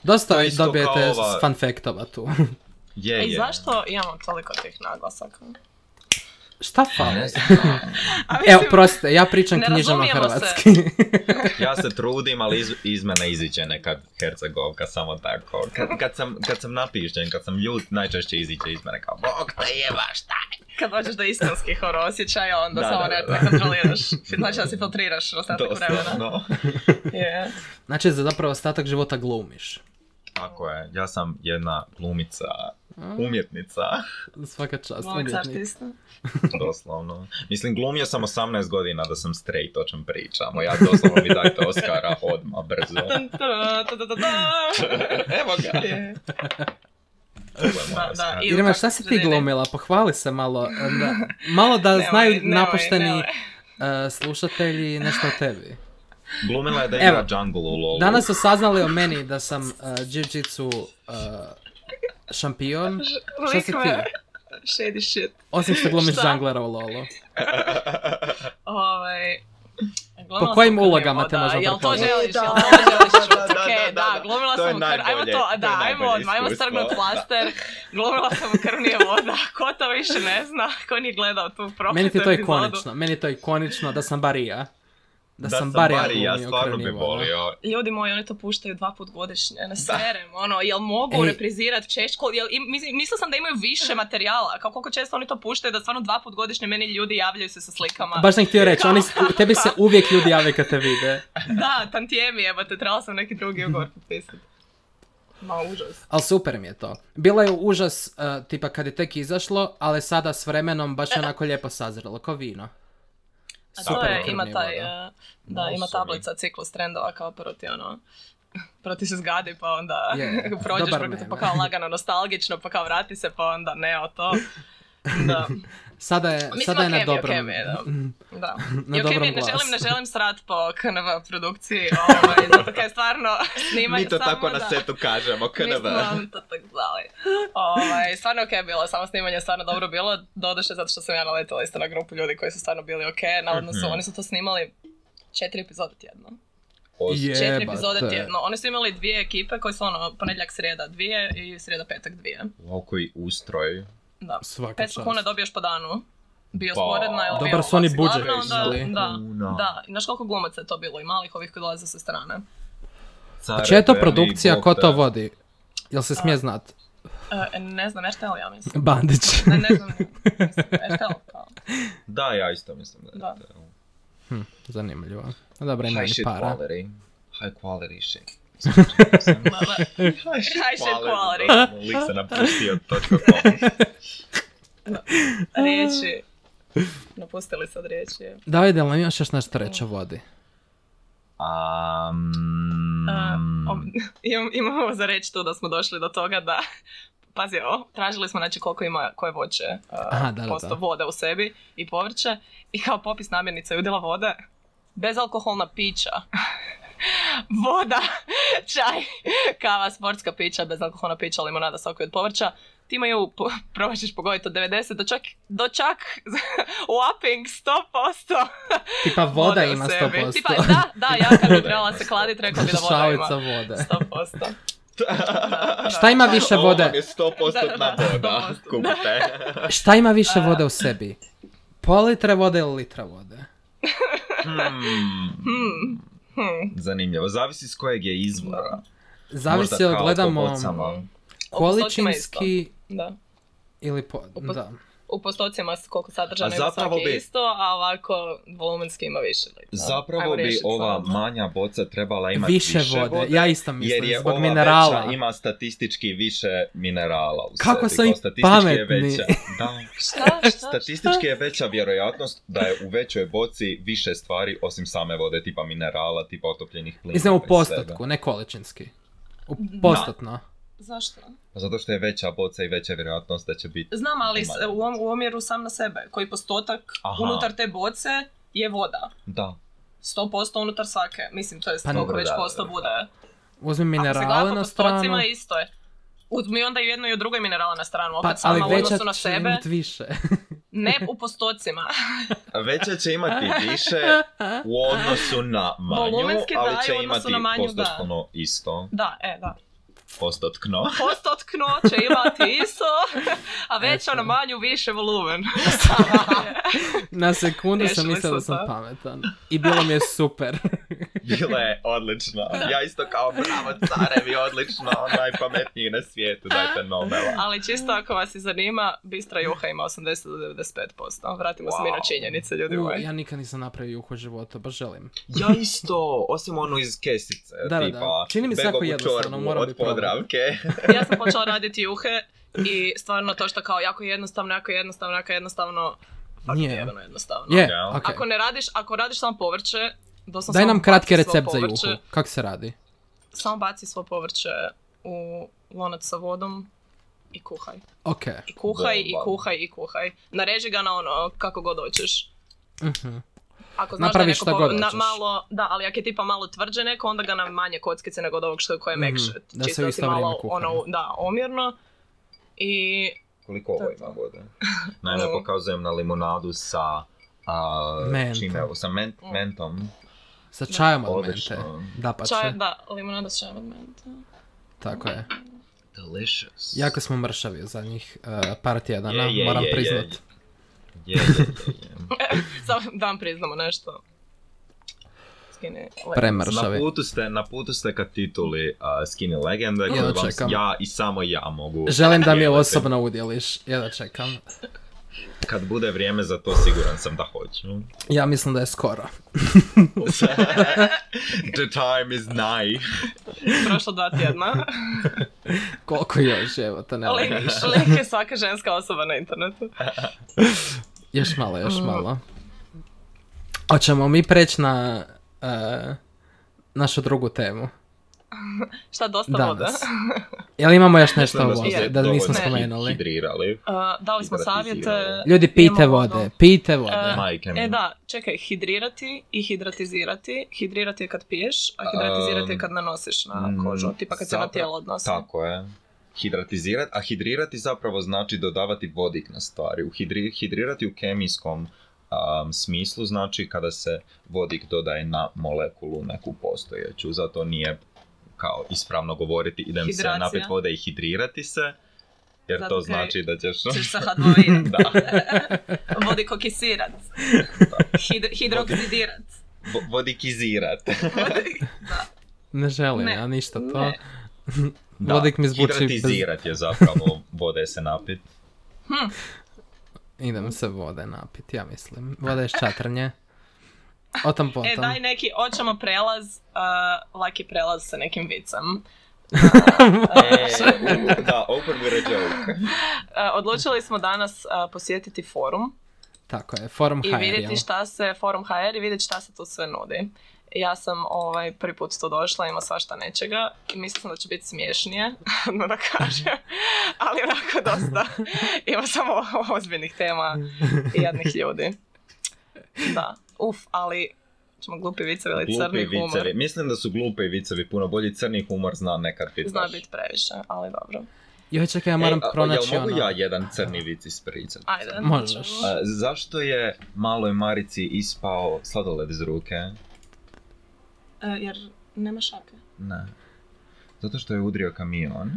Speaker 3: Dosta
Speaker 4: To je isto
Speaker 3: dobijete
Speaker 4: kao ova-
Speaker 3: s fun factova tu. [laughs]
Speaker 4: Je,
Speaker 2: E, I
Speaker 4: je.
Speaker 2: zašto imamo toliko tih naglasaka?
Speaker 3: Šta fali?
Speaker 4: Ne znam.
Speaker 2: A
Speaker 3: Evo, prostite, ja pričam
Speaker 2: ne
Speaker 3: književno
Speaker 2: razumijemo se.
Speaker 3: hrvatski. [laughs]
Speaker 4: Ja se trudim, ali iz, iz mene iziđe nekad Hercegovka, samo tako. Kad, kad, sam, kad sam napišen, kad sam ljut, najčešće iziđe iz mene kao Bog te jebaš, taj!
Speaker 2: Kad dođeš do istinskih horo osjećaja, onda
Speaker 4: Da,
Speaker 2: samo
Speaker 4: da,
Speaker 2: ne,
Speaker 4: da.
Speaker 2: ne kontroliraš. Znači da si filtriraš ostatak vremena.
Speaker 4: Doslovno.
Speaker 2: Je.
Speaker 3: Znači, za zapravo ostatak života glumiš.
Speaker 4: Tako je, ja sam jedna glumica, umjetnica,
Speaker 3: Svaka čast,
Speaker 2: Momac
Speaker 3: umjetnik.
Speaker 2: artista.
Speaker 4: doslovno. Mislim, glumio sam 18 godina da sam straight, o čem pričamo. Ja doslovno mi dajte Oscara odmah, brzo.
Speaker 2: Tan, ta, ta, ta, ta, ta.
Speaker 4: Evo ga.
Speaker 2: Je.
Speaker 4: Ovo je
Speaker 2: Da,
Speaker 4: moj
Speaker 2: da,
Speaker 4: Oscar.
Speaker 2: i-
Speaker 3: Irma,
Speaker 2: kako
Speaker 3: šta
Speaker 2: se
Speaker 3: si ti
Speaker 2: želi.
Speaker 3: glumila? Pohvali se malo. Da, malo da
Speaker 2: [laughs] Nemoj,
Speaker 3: znaju
Speaker 2: nemoj,
Speaker 3: napušteni
Speaker 2: nemoj.
Speaker 3: eh, slušatelji nešto o tebi.
Speaker 4: Glumila je da igra
Speaker 3: Evo.
Speaker 4: jungle u lolu.
Speaker 3: Danas su saznali o meni da sam uh, jiu-jitsu eh, šampion. Šta si ti?
Speaker 2: Likve. Shady shit.
Speaker 3: Osim što glumiš
Speaker 2: Šta?
Speaker 3: žanglera u lolu.
Speaker 2: Ovaj... glumila
Speaker 3: Po kojim
Speaker 2: sam u krvi
Speaker 3: ulogama te
Speaker 2: voda.
Speaker 3: možemo
Speaker 2: Jel to
Speaker 3: prepoznati?
Speaker 2: želiš, jel
Speaker 4: Da.
Speaker 2: to želiš čuti?
Speaker 4: Da, da, da,
Speaker 2: Okej,
Speaker 4: da,
Speaker 2: da,
Speaker 4: da.
Speaker 2: glumila
Speaker 4: To je
Speaker 2: sam u krv, ajmo
Speaker 4: najbolje,
Speaker 2: to,
Speaker 4: to je
Speaker 2: da, ajmo
Speaker 4: najbolje
Speaker 2: odmah, ajmo
Speaker 4: iskustvo.
Speaker 2: strgnut plaster, glumila sam u krv nije
Speaker 4: [laughs]
Speaker 2: voda, ko to više ne zna, ko nije gledao tu prošlu
Speaker 3: Meni ti je to ikonično, meni je to ikonično da sam barija. Da, sam barija
Speaker 4: bar i ja
Speaker 3: glumio
Speaker 4: stvarno
Speaker 3: krvni
Speaker 4: bi
Speaker 3: volan.
Speaker 4: volio.
Speaker 2: Ljudi moji, oni to puštaju dva put godišnje, ne serem, ono, jel mogu
Speaker 3: Ej.
Speaker 2: reprizirat Češko, jel, im- mislim, mislila sam da imaju više materijala, kao koliko često oni to puštaju, da stvarno dva put godišnje meni ljudi javljaju se sa slikama.
Speaker 3: Baš sam htio reći, oni, s- tebi se uvijek ljudi jave kad te vide.
Speaker 2: Da, tantijemi, jebate, trebala sam neki drugi ugovor potpisati. Ma, užas.
Speaker 3: Ali super mi je to. Bilo je užas, eh, tipa kad je tek izašlo, ali sada s vremenom
Speaker 2: E,
Speaker 3: baš je onako lijepo sazrelo, ko vino.
Speaker 2: A to
Speaker 3: Super
Speaker 2: je,
Speaker 3: krvni
Speaker 2: ima taj,
Speaker 3: voda.
Speaker 2: e, da, ima
Speaker 4: Mosumi.
Speaker 2: tablica ciklus trendova kao proti, ono, [laughs] proti se zgadi, pa onda
Speaker 3: Je,
Speaker 2: [laughs] prođeš
Speaker 3: dobar
Speaker 2: preko to,
Speaker 3: meme.
Speaker 2: pa kao lagano, nostalgično, pa kao vrati se, pa onda ne o
Speaker 3: [laughs]
Speaker 2: to. Da.
Speaker 3: Sada je,
Speaker 2: Mislim,
Speaker 3: sada je na
Speaker 2: okej mi je, okej
Speaker 3: dobrom. Mhm.
Speaker 2: mi je, da. Da.
Speaker 3: Na
Speaker 2: I okej,
Speaker 3: dobrom
Speaker 2: mi je, ne
Speaker 3: glasu.
Speaker 2: želim, ne želim srat po KNV
Speaker 3: [laughs]
Speaker 2: produkciji, ovaj, zato kaj stvarno snimanje
Speaker 4: Mi to
Speaker 2: samo
Speaker 4: tako
Speaker 2: da-
Speaker 4: na setu kažemo,
Speaker 2: Mi
Speaker 4: KNV.
Speaker 2: smo vam to tako zvali. Ovaj, stvarno je okej bilo, samo snimanje je stvarno dobro bilo, doduše zato što sam ja naletila isto na grupu ljudi koji su stvarno bili okej, navodno su,
Speaker 4: Mhm.
Speaker 2: oni su to snimali četiri epizode tjedno.
Speaker 4: Os-
Speaker 3: Je.
Speaker 2: Četiri
Speaker 3: Jebate.
Speaker 2: epizode tjedno. Oni su imali dvije ekipe koje su ono, ponedjeljak, srijeda dvije i srijeda, petak dvije.
Speaker 4: Wow, koji ustroj.
Speaker 2: Da.
Speaker 3: Svaka
Speaker 2: 500 kuna dobiješ po danu. Bio
Speaker 4: Pa.
Speaker 2: sporedna ili
Speaker 3: Dobar
Speaker 2: bio
Speaker 3: su oni
Speaker 2: glavna,
Speaker 3: budžet
Speaker 2: onda-
Speaker 3: imali.
Speaker 2: Da,
Speaker 4: Kuna.
Speaker 2: da. I znaš koliko glumaca je to bilo i malih ovih koji dolaze sa strane.
Speaker 4: Care,
Speaker 3: Čija je to
Speaker 4: Bernie,
Speaker 3: Znači, produkcija,
Speaker 4: Bog
Speaker 3: ko
Speaker 4: te-
Speaker 3: to vodi? Jel se smije znat?
Speaker 2: E, ne znam, RTL ja mislim.
Speaker 3: Bandić.
Speaker 2: Ne,
Speaker 3: [laughs]
Speaker 2: ne znam, [laughs] mislim, RTL kao.
Speaker 4: Da, ja isto mislim da je
Speaker 2: Da.
Speaker 4: to.
Speaker 3: Hm, Zanimljivo. No Dobro, ima
Speaker 4: High
Speaker 3: i
Speaker 4: shit
Speaker 3: para.
Speaker 4: quality. High quality
Speaker 3: [laughs]
Speaker 4: shit.
Speaker 2: High shit quality.
Speaker 4: Da, Lik se napustio točko
Speaker 2: [laughs]
Speaker 4: com.
Speaker 2: riječi. Napustili sad riječi.
Speaker 3: Da, jel nam imaš još nešto reći o vodi?
Speaker 4: Um,
Speaker 2: A,
Speaker 3: Mm.
Speaker 2: om- [laughs] imam- imamo za reći tu da smo došli do toga da [laughs] Pazi, ovo, tražili smo znači koliko ima koje voće uh,
Speaker 3: Aha, da, da,
Speaker 2: posto
Speaker 3: da.
Speaker 2: vode u sebi i povrće i kao popis namirnica i udjela vode, bezalkoholna pića, [laughs] voda, [laughs] čaj, kava, sportska pića, bezalkoholna pića, limonada, sokovi od povrća, ti imaju, po, [laughs] probat ćeš pogoditi od 90 do čak, do čak [laughs] whopping 100%
Speaker 3: Tipa voda
Speaker 2: u
Speaker 3: ima
Speaker 2: sebi.
Speaker 3: 100%.
Speaker 2: [laughs] Tipa, da, da, ja kad bi trebala se kladit, rekla bi da voda ima
Speaker 3: [laughs] Šalica vode.
Speaker 2: 100%. Da,
Speaker 3: Šta ima više
Speaker 4: Ovo vam
Speaker 3: vode?
Speaker 4: je 100%
Speaker 2: Da, da,
Speaker 4: na
Speaker 2: da,
Speaker 4: voda,
Speaker 2: 100%. [laughs]
Speaker 4: kupite.
Speaker 3: Šta ima više vode u sebi? Pol litre vode ili litra vode?
Speaker 4: Hmm,
Speaker 2: Hmm. Hmm.
Speaker 4: Zanimljivo, zavisi s kojeg je izvora.
Speaker 3: Zavisi
Speaker 4: Možda
Speaker 3: jel
Speaker 4: kao
Speaker 3: gledamo
Speaker 4: kogod samo.
Speaker 2: U postocima isto,
Speaker 3: količinski
Speaker 2: Da.
Speaker 3: ili po...
Speaker 2: Opos-
Speaker 3: Da.
Speaker 2: U postocima s koliko sadržano
Speaker 4: A
Speaker 2: ima
Speaker 4: zapravo
Speaker 2: svaki
Speaker 4: bi-
Speaker 2: isto, a ovako volumenski ima više. litra. Ajmo
Speaker 4: Zapravo bi
Speaker 2: riješit
Speaker 4: ova
Speaker 2: sad.
Speaker 4: manja boca trebala imati
Speaker 3: Više vode. Ja isto
Speaker 4: jer
Speaker 3: mislim,
Speaker 4: je
Speaker 3: zbog
Speaker 4: ova
Speaker 3: minerala.
Speaker 4: veća ima statistički više minerala u
Speaker 3: Kako su
Speaker 4: sebi. kao
Speaker 3: i
Speaker 4: statistički Je
Speaker 3: pametni. [laughs]
Speaker 4: veća, da.
Speaker 2: Šta, šta,
Speaker 4: Statistički je veća vjerojatnost da je u većoj boci više stvari osim same vode, tipa minerala, tipa otopljenih plinova.
Speaker 3: Mislim u
Speaker 4: i
Speaker 3: postotku, ne količinski. U postotno.
Speaker 2: Zašto?
Speaker 4: svega. Zato što je veća boca i veća vjerojatnost da će biti...
Speaker 2: Znam, ali s- u, om- u omjeru sam na sebe, koji postotak
Speaker 4: Aha.
Speaker 2: unutar te boce je voda.
Speaker 4: Da.
Speaker 2: 100% unutar svake. Mislim, to je
Speaker 3: Pa
Speaker 2: koliko
Speaker 4: dobro,
Speaker 2: već
Speaker 4: da,
Speaker 2: posto
Speaker 4: da.
Speaker 2: bude.
Speaker 3: Uzmi
Speaker 2: Ako se gleda
Speaker 3: minerale
Speaker 2: po
Speaker 3: na
Speaker 2: postocima,
Speaker 3: stranu.
Speaker 2: isto je. Uzmi onda i jedno i u drugoj minerala na stranu, opet
Speaker 3: Pa, ali
Speaker 2: sama u
Speaker 3: veća
Speaker 2: odnosu na
Speaker 3: će
Speaker 2: sebe,
Speaker 3: imat više. [laughs]
Speaker 2: ne u postocima. [laughs]
Speaker 4: A Veća će imati više u odnosu na manju,
Speaker 2: Volumenski da,
Speaker 4: ali
Speaker 2: i u
Speaker 4: će
Speaker 2: odnosu
Speaker 4: imati
Speaker 2: na manju, da.
Speaker 4: postotno isto.
Speaker 2: Da, e, da.
Speaker 4: Postotkno.
Speaker 2: Postotkno će imati isto, a već ono manju više
Speaker 3: [laughs]
Speaker 2: volumen.
Speaker 3: Na sekundu sam
Speaker 2: Riješili
Speaker 3: mislio da
Speaker 2: smo
Speaker 3: sam
Speaker 2: to.
Speaker 3: pametan. I bilo mi je
Speaker 4: [laughs]
Speaker 3: super.
Speaker 4: Bila je odlična. Ja isto kao bravo carevi, odlično, ono, najpametniji na svijetu, dajte Nobela.
Speaker 2: Ali čisto ako vas i zanima, bistra juha ima 80 do 95%. Vratimo se mi na
Speaker 4: Wow.
Speaker 2: činjenice, ljudi
Speaker 3: U,
Speaker 2: moji.
Speaker 3: ja nikad nisam napravio juhu u životu, baš želim.
Speaker 4: Ja isto, osim onu iz kesice,
Speaker 3: Da, da,
Speaker 4: tipa
Speaker 3: da. Čini mi se jako
Speaker 4: begovu
Speaker 3: jednostavno,
Speaker 4: čorbu
Speaker 3: moram
Speaker 4: od
Speaker 3: bi probati.
Speaker 4: podravke.
Speaker 2: Ja sam počela raditi juhe i stvarno to što kao jako jednostavno, jako jednostavno, jako jednostavno, fakt
Speaker 3: Nije.
Speaker 2: je jedno jednostavno.
Speaker 3: Je,
Speaker 4: Ja.
Speaker 3: ok.
Speaker 2: Ako ne radiš, ako radiš samo povrće, doslovno
Speaker 3: Daj
Speaker 2: samo
Speaker 3: nam kratki
Speaker 2: baci svo
Speaker 3: recept za
Speaker 2: povrće-
Speaker 3: juhu. Kako se radi?
Speaker 2: Samo baci svo povrće u lonac sa vodom i kuhaj.
Speaker 3: Ok.
Speaker 2: I kuhaj, i
Speaker 4: Bomba.
Speaker 2: kuhaj, i kuhaj. Nareži ga na ono kako god hoćeš.
Speaker 3: Mhm.
Speaker 2: Ako znaš
Speaker 3: Napravi
Speaker 2: da je neko
Speaker 3: šta
Speaker 2: po-
Speaker 3: god
Speaker 2: na,
Speaker 3: hoćeš.
Speaker 2: malo, da, ali ako je tipa malo tvrđe neko, onda ga na manje kockice nego od ovog što je koje je
Speaker 3: Mhm,
Speaker 2: mekše.
Speaker 3: da se
Speaker 2: Čisto
Speaker 3: u
Speaker 2: ti
Speaker 3: isto
Speaker 2: malo,
Speaker 3: vrijeme kuha,
Speaker 2: Ono, da, omjerno. I
Speaker 4: [laughs] Koliko ovo ima vode? Naime, pokazujem na limonadu sa... A,
Speaker 3: Mentom.
Speaker 4: čime ovo? Sa men- mentom.
Speaker 3: Sa čajom od mente.
Speaker 4: Odlično.
Speaker 3: Da pa
Speaker 2: čaj, da, limonada s čajem od menta. [laughs]
Speaker 3: Tako je.
Speaker 4: Delicious.
Speaker 3: Jako smo mršavi u zadnjih uh, par tjedana,
Speaker 4: Je, je,
Speaker 3: moram
Speaker 4: je, je.
Speaker 3: priznat.
Speaker 4: Je, je, je, je.
Speaker 3: [laughs]
Speaker 2: Samo da vam priznamo nešto. Skini. led.
Speaker 3: Premršavi.
Speaker 4: Na putu ste, na putu ste ka tituli uh, Skinny Legende, koju vam s-
Speaker 3: čekam.
Speaker 4: ja i samo ja mogu.
Speaker 3: Želim da mi je
Speaker 4: podijeliti.
Speaker 3: osobno udjeliš. Ja da čekam.
Speaker 4: Kad bude vrijeme za to, siguran sam da hoću.
Speaker 3: Ja mislim da je skoro.
Speaker 4: The time is nigh.
Speaker 2: [laughs] Prošlo dva
Speaker 3: [laughs]
Speaker 2: tjedna.
Speaker 3: Koliko još, evo, to ne
Speaker 2: Link,
Speaker 3: mogu.
Speaker 2: link je svaka ženska osoba na internetu.
Speaker 3: Još malo, još
Speaker 4: Mm.
Speaker 3: malo. Hoćemo mi preći na e, našu drugu temu.
Speaker 2: Šta, dosta vode? [laughs]
Speaker 3: Danas. Jel imamo još nešto o
Speaker 4: Mislim smo
Speaker 3: vodi
Speaker 4: se
Speaker 3: da nismo
Speaker 4: dovoljno
Speaker 3: spomenuli?
Speaker 4: Hidrirali.
Speaker 2: Uh, dali smo savjete.
Speaker 3: Ljudi, pijte
Speaker 2: Imamo
Speaker 3: vode,
Speaker 2: vodu.
Speaker 3: pijte vode.
Speaker 2: E,
Speaker 4: Majke mi.
Speaker 2: E da, čekaj, hidrirati i hidratizirati. Hidrirati je kad piješ, a hidratizirati je kad nanosiš na
Speaker 4: Mm,
Speaker 2: kožu, tipa kad se na
Speaker 4: zapravo-
Speaker 2: tijelo odnosi.
Speaker 4: Tako je. Hidratizirati, a hidrirati zapravo znači dodavati vodik na stvari. U hidri- hidrirati u kemijskom um, smislu znači kada se vodik dodaje na molekulu neku postojeću, zato nije kao ispravno govoriti idem se
Speaker 2: Hidracija.
Speaker 4: napit vode i hidrirati se, jer
Speaker 2: Zato
Speaker 4: to
Speaker 2: kaj-
Speaker 4: znači da ćeš...
Speaker 2: Ćeš se hadvoirat,
Speaker 4: [laughs] da,
Speaker 2: vodikokisirat, hid- hidroksidirat.
Speaker 4: vo- vodikizirat.
Speaker 3: Ne želim
Speaker 2: ne,
Speaker 3: ja ništa to.
Speaker 2: ne.
Speaker 4: Da,
Speaker 3: Vodik mi zvuči bez-
Speaker 4: hidratizirat je zapravo [laughs] vode se napit.
Speaker 3: Idem se vode napiti, ja mislim. Voda je ščatrnje. O tom potom.
Speaker 2: E, daj neki, hoćemo prelaz, uh, laki prelaz sa nekim vicem.
Speaker 4: E, da, open with a joke.
Speaker 2: Uh, odlučili smo danas uh, posjetiti forum
Speaker 3: Tako je, forum
Speaker 2: i
Speaker 3: [laughs] HR, Ovaj, jel?
Speaker 2: vidjeti šta se, forum HR i vidjeti šta se tu sve nudi. Ja sam ovaj, prvi put tu došla, ima svašta nečega i mislila sam da će biti smiješnije, odmah [laughs] da
Speaker 3: [laughs]
Speaker 2: kažem, ali onako dosta. Ima samo ozbiljnih tema i jadnih ljudi. Da, uf, ali ćemo [laughs] glupi vicevi ili crni
Speaker 4: Glupi
Speaker 2: humor.
Speaker 4: vicevi. Mislim da su glupi vicevi puno bolji. Crni humor zna nekad biti
Speaker 2: Zna
Speaker 4: baš-
Speaker 2: biti previše, ali dobro.
Speaker 3: Joj, čekaj, ja moram
Speaker 4: Ej, E, a-
Speaker 3: pronaći
Speaker 4: Jel mogu
Speaker 3: ono...
Speaker 4: ja jedan crni vic ispričati?
Speaker 2: Ajde.
Speaker 3: Možeš.
Speaker 4: A, zašto je maloj Marici ispao sladoled iz ruke?
Speaker 2: E, jer nema
Speaker 4: [laughs]
Speaker 2: šake.
Speaker 4: Ne. Zato što je udrio
Speaker 2: [laughs]
Speaker 4: kamion.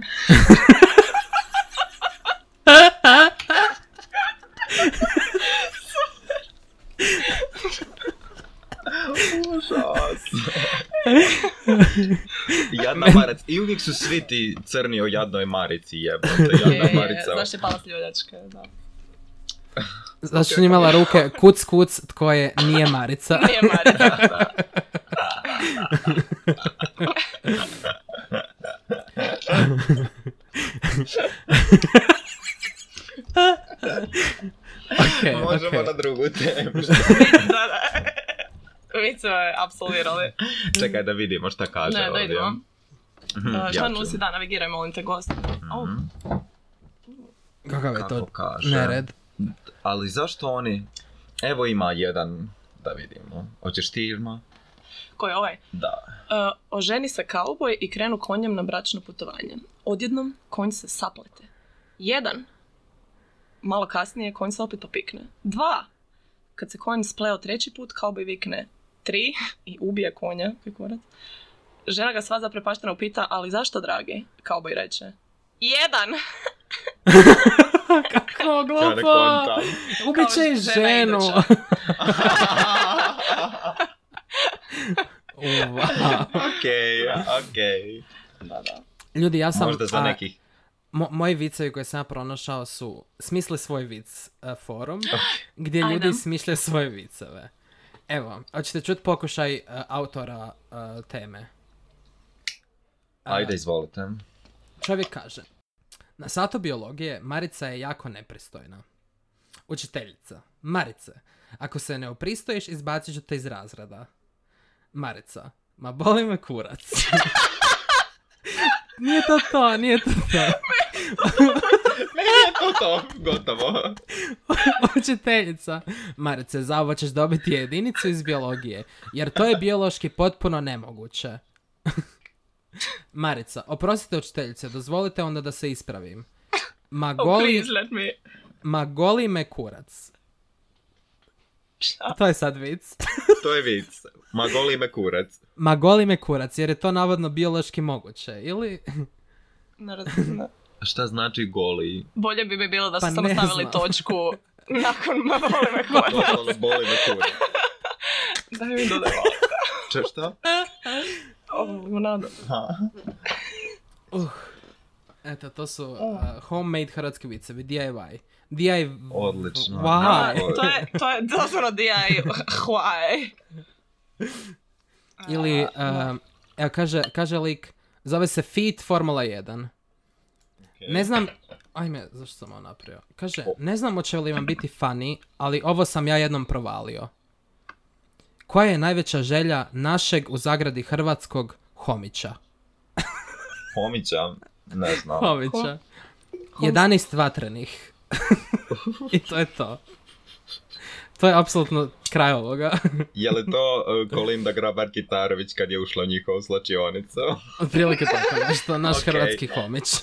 Speaker 4: Užas. Jadna Marac. I uvijek su svi ti crni o jadnoj Marici jebote.
Speaker 2: [laughs] Je,
Speaker 4: Jadna
Speaker 2: je,
Speaker 4: Marica.
Speaker 2: E, Znaš je pala s ljuljačke, da.
Speaker 3: Zašto sam imala ruke kuc kuc tko je nije
Speaker 2: [laughs]
Speaker 3: Marica.
Speaker 2: Nije Marica.
Speaker 3: Ok,
Speaker 4: Možemo
Speaker 3: ok.
Speaker 4: na drugu temu.
Speaker 3: [laughs]
Speaker 2: da, da. [laughs] Mi smo je
Speaker 4: [laughs]
Speaker 2: apsolvirali.
Speaker 4: Čekaj da vidimo šta kaže
Speaker 2: Ne, da
Speaker 4: ovdje.
Speaker 2: idemo.
Speaker 4: Mhm,
Speaker 2: E,
Speaker 4: ja
Speaker 2: Šta
Speaker 4: ću.
Speaker 2: nosi da, navigiraj, molim te, gost. Au.
Speaker 4: Mhm,
Speaker 3: Kakav je
Speaker 4: Kako
Speaker 3: to
Speaker 2: [laughs]
Speaker 4: kaže.
Speaker 3: nered?
Speaker 4: Ali zašto oni... Evo ima jedan, da vidimo. Hoćeš ti Irma?
Speaker 2: Ko je ovaj?
Speaker 4: Da.
Speaker 2: E, oženi se kauboj i krenu konjem na bračno putovanje. Odjednom konj se saplete. Jedan. Malo kasnije konj se opet popikne. Dva. Kad se konj spleo treći put, kauboj vikne tri i ubije konja. Kaj kurac. Žena ga sva zaprepaštena upita, ali zašto, dragi? Kauboj reče. Jedan.
Speaker 3: Kako
Speaker 2: Pa,
Speaker 4: Ja ne kontam.
Speaker 3: Ubit će
Speaker 2: Kao
Speaker 3: i
Speaker 2: žena
Speaker 3: ženu! [laughs]
Speaker 2: iduća.
Speaker 4: [laughs]
Speaker 3: Wow.
Speaker 2: [laughs]
Speaker 4: Okej, okej.
Speaker 2: Da, [laughs] da.
Speaker 3: Ljudi, ja sam...
Speaker 4: Možda za
Speaker 3: a,
Speaker 4: nekih.
Speaker 3: mo- moji vicevi koje sam ja pronašao su Smisli svoj vic e, forum, gdje
Speaker 2: Ajde.
Speaker 3: ljudi smišljaju svoje viceve. Evo, hoćete čuti pokušaj e, autora e, teme.
Speaker 4: Ajde, izvolite.
Speaker 2: [laughs]
Speaker 3: Čovjek kaže, na satu biologije Marica je jako nepristojna. Učiteljica, Marice, ako se ne opristojiš, izbacit ću te iz razreda. Marica, ma boli me kurac. [laughs] nije to to, nije to to.
Speaker 4: To to, gotovo.
Speaker 3: [laughs] Učiteljica, Marice, za ovo ćeš dobiti jedinicu iz biologije, jer to je biološki potpuno nemoguće. [laughs] Marica, oprostite učiteljice, dozvolite onda da se ispravim. Ma
Speaker 2: Oh,
Speaker 3: goli,
Speaker 2: please let me.
Speaker 3: Ma goli me kurac.
Speaker 2: Šta?
Speaker 3: To je sad vic.
Speaker 4: To je vic. Ma goli me kurac.
Speaker 3: Ma goli me kurac, jer je to navodno biološki moguće. Ili... [laughs]
Speaker 2: Ne razumijem.
Speaker 4: A Šta znači goli?
Speaker 2: [laughs] Bolje bi mi bilo da su
Speaker 3: Pa
Speaker 2: samo
Speaker 3: ne
Speaker 2: stavili
Speaker 3: znam.
Speaker 2: [laughs] točku nakon Mavole Mekona.
Speaker 4: Doslovno boli me kurac.
Speaker 2: Daj mi dodaj
Speaker 4: Če šta?
Speaker 2: ovu limonadu.
Speaker 4: Ha.
Speaker 3: Uh. Eto, to su
Speaker 2: Oh.
Speaker 3: uh, homemade hrvatski vicevi, DIY. DIY...
Speaker 4: Odlično.
Speaker 3: Wow.
Speaker 4: Tako
Speaker 2: To je, to je doslovno DIY. Why?
Speaker 3: Ili, uh, evo, kaže, kaže lik, zove se Fit Formula 1. Ne znam, ajme, zašto sam ovo napravio? Kaže, ne znam hoće li vam biti funny, ali ovo sam ja jednom provalio. Koja je najveća želja našeg u zagradi hrvatskog homića?
Speaker 4: Homića? Ne znam.
Speaker 3: Hovića. 11 vatrenih. [laughs] I to je to. To je apsolutno kraj ovoga. [laughs]
Speaker 4: Je li to uh, Kolinda Grabar-Kitarović kad je ušla u njihovu slačionicu?
Speaker 3: Otprilike tako nešto, naš
Speaker 4: Ok.
Speaker 3: hrvatski homić.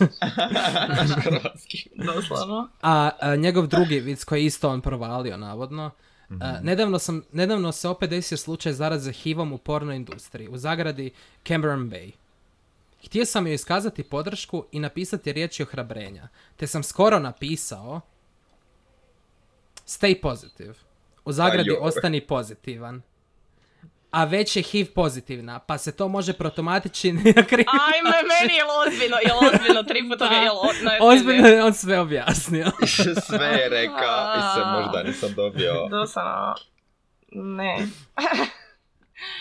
Speaker 4: Naš hrvatski.
Speaker 2: Doslovno.
Speaker 3: A, a, njegov drugi vic koji je isto on provalio, navodno. a, nedavno, sam, nedavno se opet desio slučaj zaraze HIV-om u pornoj industriji, u zagradi Cameron Bay. Htio sam joj iskazati podršku i napisati riječi ohrabrenja, te sam skoro napisao Stay positive. U zagradi
Speaker 4: joj.
Speaker 3: ostani pozitivan. A već je HIV pozitivna, pa se to može protomatići na krivi
Speaker 2: Ajme, [laughs] meni je ozbiljno, je ozbiljno, tri puta mi je ozbiljno.
Speaker 3: Ozbiljno je on sve objasnio.
Speaker 4: Sve je rekao i se možda nisam dobio.
Speaker 2: Doslovno. Ne.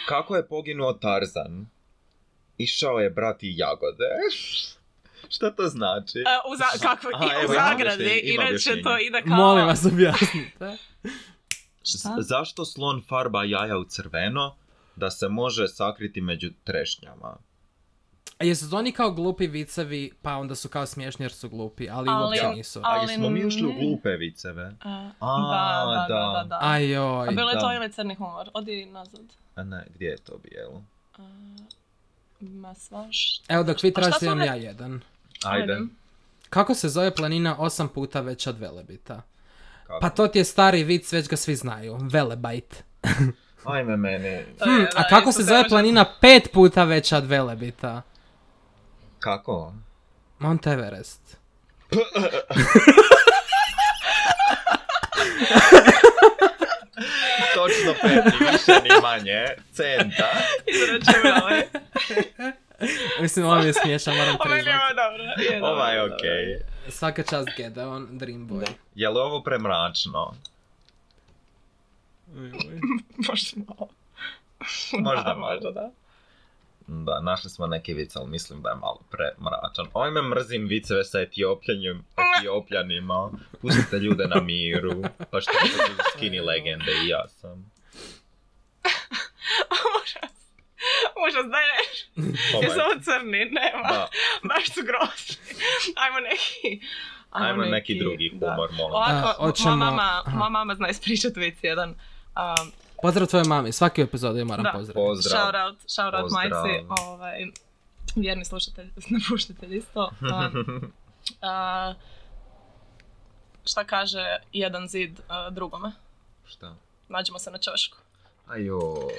Speaker 4: Kako je poginuo Tarzan? Išao je brati jagode. Šta to znači?
Speaker 2: E, U za, kako,
Speaker 4: Aha,
Speaker 2: i
Speaker 4: evo,
Speaker 2: u
Speaker 4: ima
Speaker 2: zagradi,
Speaker 4: objašnjenje, ima
Speaker 2: inače to
Speaker 4: objašnjenje.
Speaker 2: ide kao...
Speaker 3: Molim vas objasnite.
Speaker 4: Z- zašto slon farba jaja u crveno? da se može sakriti među trešnjama.
Speaker 3: A jesu to oni kao glupi vicevi, pa onda su kao smiješni jer su glupi, ali,
Speaker 2: Ali-
Speaker 3: uopće nisu.
Speaker 2: a-
Speaker 4: Ali,
Speaker 2: Ali
Speaker 4: smo mi ušli u
Speaker 2: ne.
Speaker 4: glupe viceve.
Speaker 2: A,
Speaker 4: A,
Speaker 2: da, da, da, da, da.
Speaker 3: Ajoj.
Speaker 2: A bilo je
Speaker 4: da.
Speaker 2: to ili crni humor. Odi nazad.
Speaker 4: A ne, gdje je to bijelo?
Speaker 2: A, Ma svaš.
Speaker 3: Evo dok vi
Speaker 2: šta
Speaker 3: tražite
Speaker 2: su
Speaker 3: imam
Speaker 2: one-
Speaker 3: ja jedan.
Speaker 4: Ajde.
Speaker 2: Ajde.
Speaker 3: Kako se zove planina osam puta veća od Velebita?
Speaker 4: Kako?
Speaker 3: Pa to ti je stari vic, već ga svi znaju. Velebajt.
Speaker 4: Ajme meni.
Speaker 2: To je, E,
Speaker 3: Hm,
Speaker 2: da,
Speaker 3: a kako
Speaker 2: isto
Speaker 3: se
Speaker 2: se
Speaker 3: zove
Speaker 2: može- [laughs]
Speaker 3: planina pet puta veća od Velebita?
Speaker 4: Kako?
Speaker 3: Mount Everest.
Speaker 4: Točno pet, ni više ni manje. Centa.
Speaker 2: Izračunale.
Speaker 3: Mislim, ovo mi je smiješan, moram
Speaker 2: [laughs] Ovo je
Speaker 3: priznat.
Speaker 2: ovo dobro. Je, dobro,
Speaker 4: Ova je
Speaker 2: dobro.
Speaker 4: Ovaj, okej.
Speaker 3: Svaka čast Gedeon, Dream Boy.
Speaker 4: Je li ovo premračno?
Speaker 2: Možda malo.
Speaker 4: Možda
Speaker 2: Da,
Speaker 4: malo.
Speaker 2: Možda da.
Speaker 4: Da, našli smo neki vic, ali mislim da je malo premračan. Ojme mrzim viceve sa etiopljanjem, etiopljanima. Pustite ljude na miru. Pa što su tu skinny legende i ja sam.
Speaker 2: Užas. Užas, daj reći.
Speaker 4: Oh
Speaker 2: Je
Speaker 4: my-
Speaker 2: samo crni, nema.
Speaker 4: Da,
Speaker 2: Baš su grozni. Ajmo neki...
Speaker 4: ajmo neki drugi
Speaker 2: da.
Speaker 4: humor, molim.
Speaker 2: Ovako,
Speaker 3: A, hoćemo-
Speaker 2: moja, mama,
Speaker 3: aha.
Speaker 2: moja mama zna ispričat vic jedan. Um,
Speaker 3: Pozdrav tvojoj mami, svaki epizod je moram
Speaker 2: Da.
Speaker 3: pozdraviti.
Speaker 4: Pozdrav.
Speaker 2: Shout out, shout out
Speaker 4: Pozdrav.
Speaker 2: majci. Ovaj, vjerni slušatelj, napuštitelj isto. Um, a, šta kaže jedan zid a, drugome?
Speaker 4: [laughs] Šta?
Speaker 2: Nađemo se na čošku.
Speaker 4: Ajoj.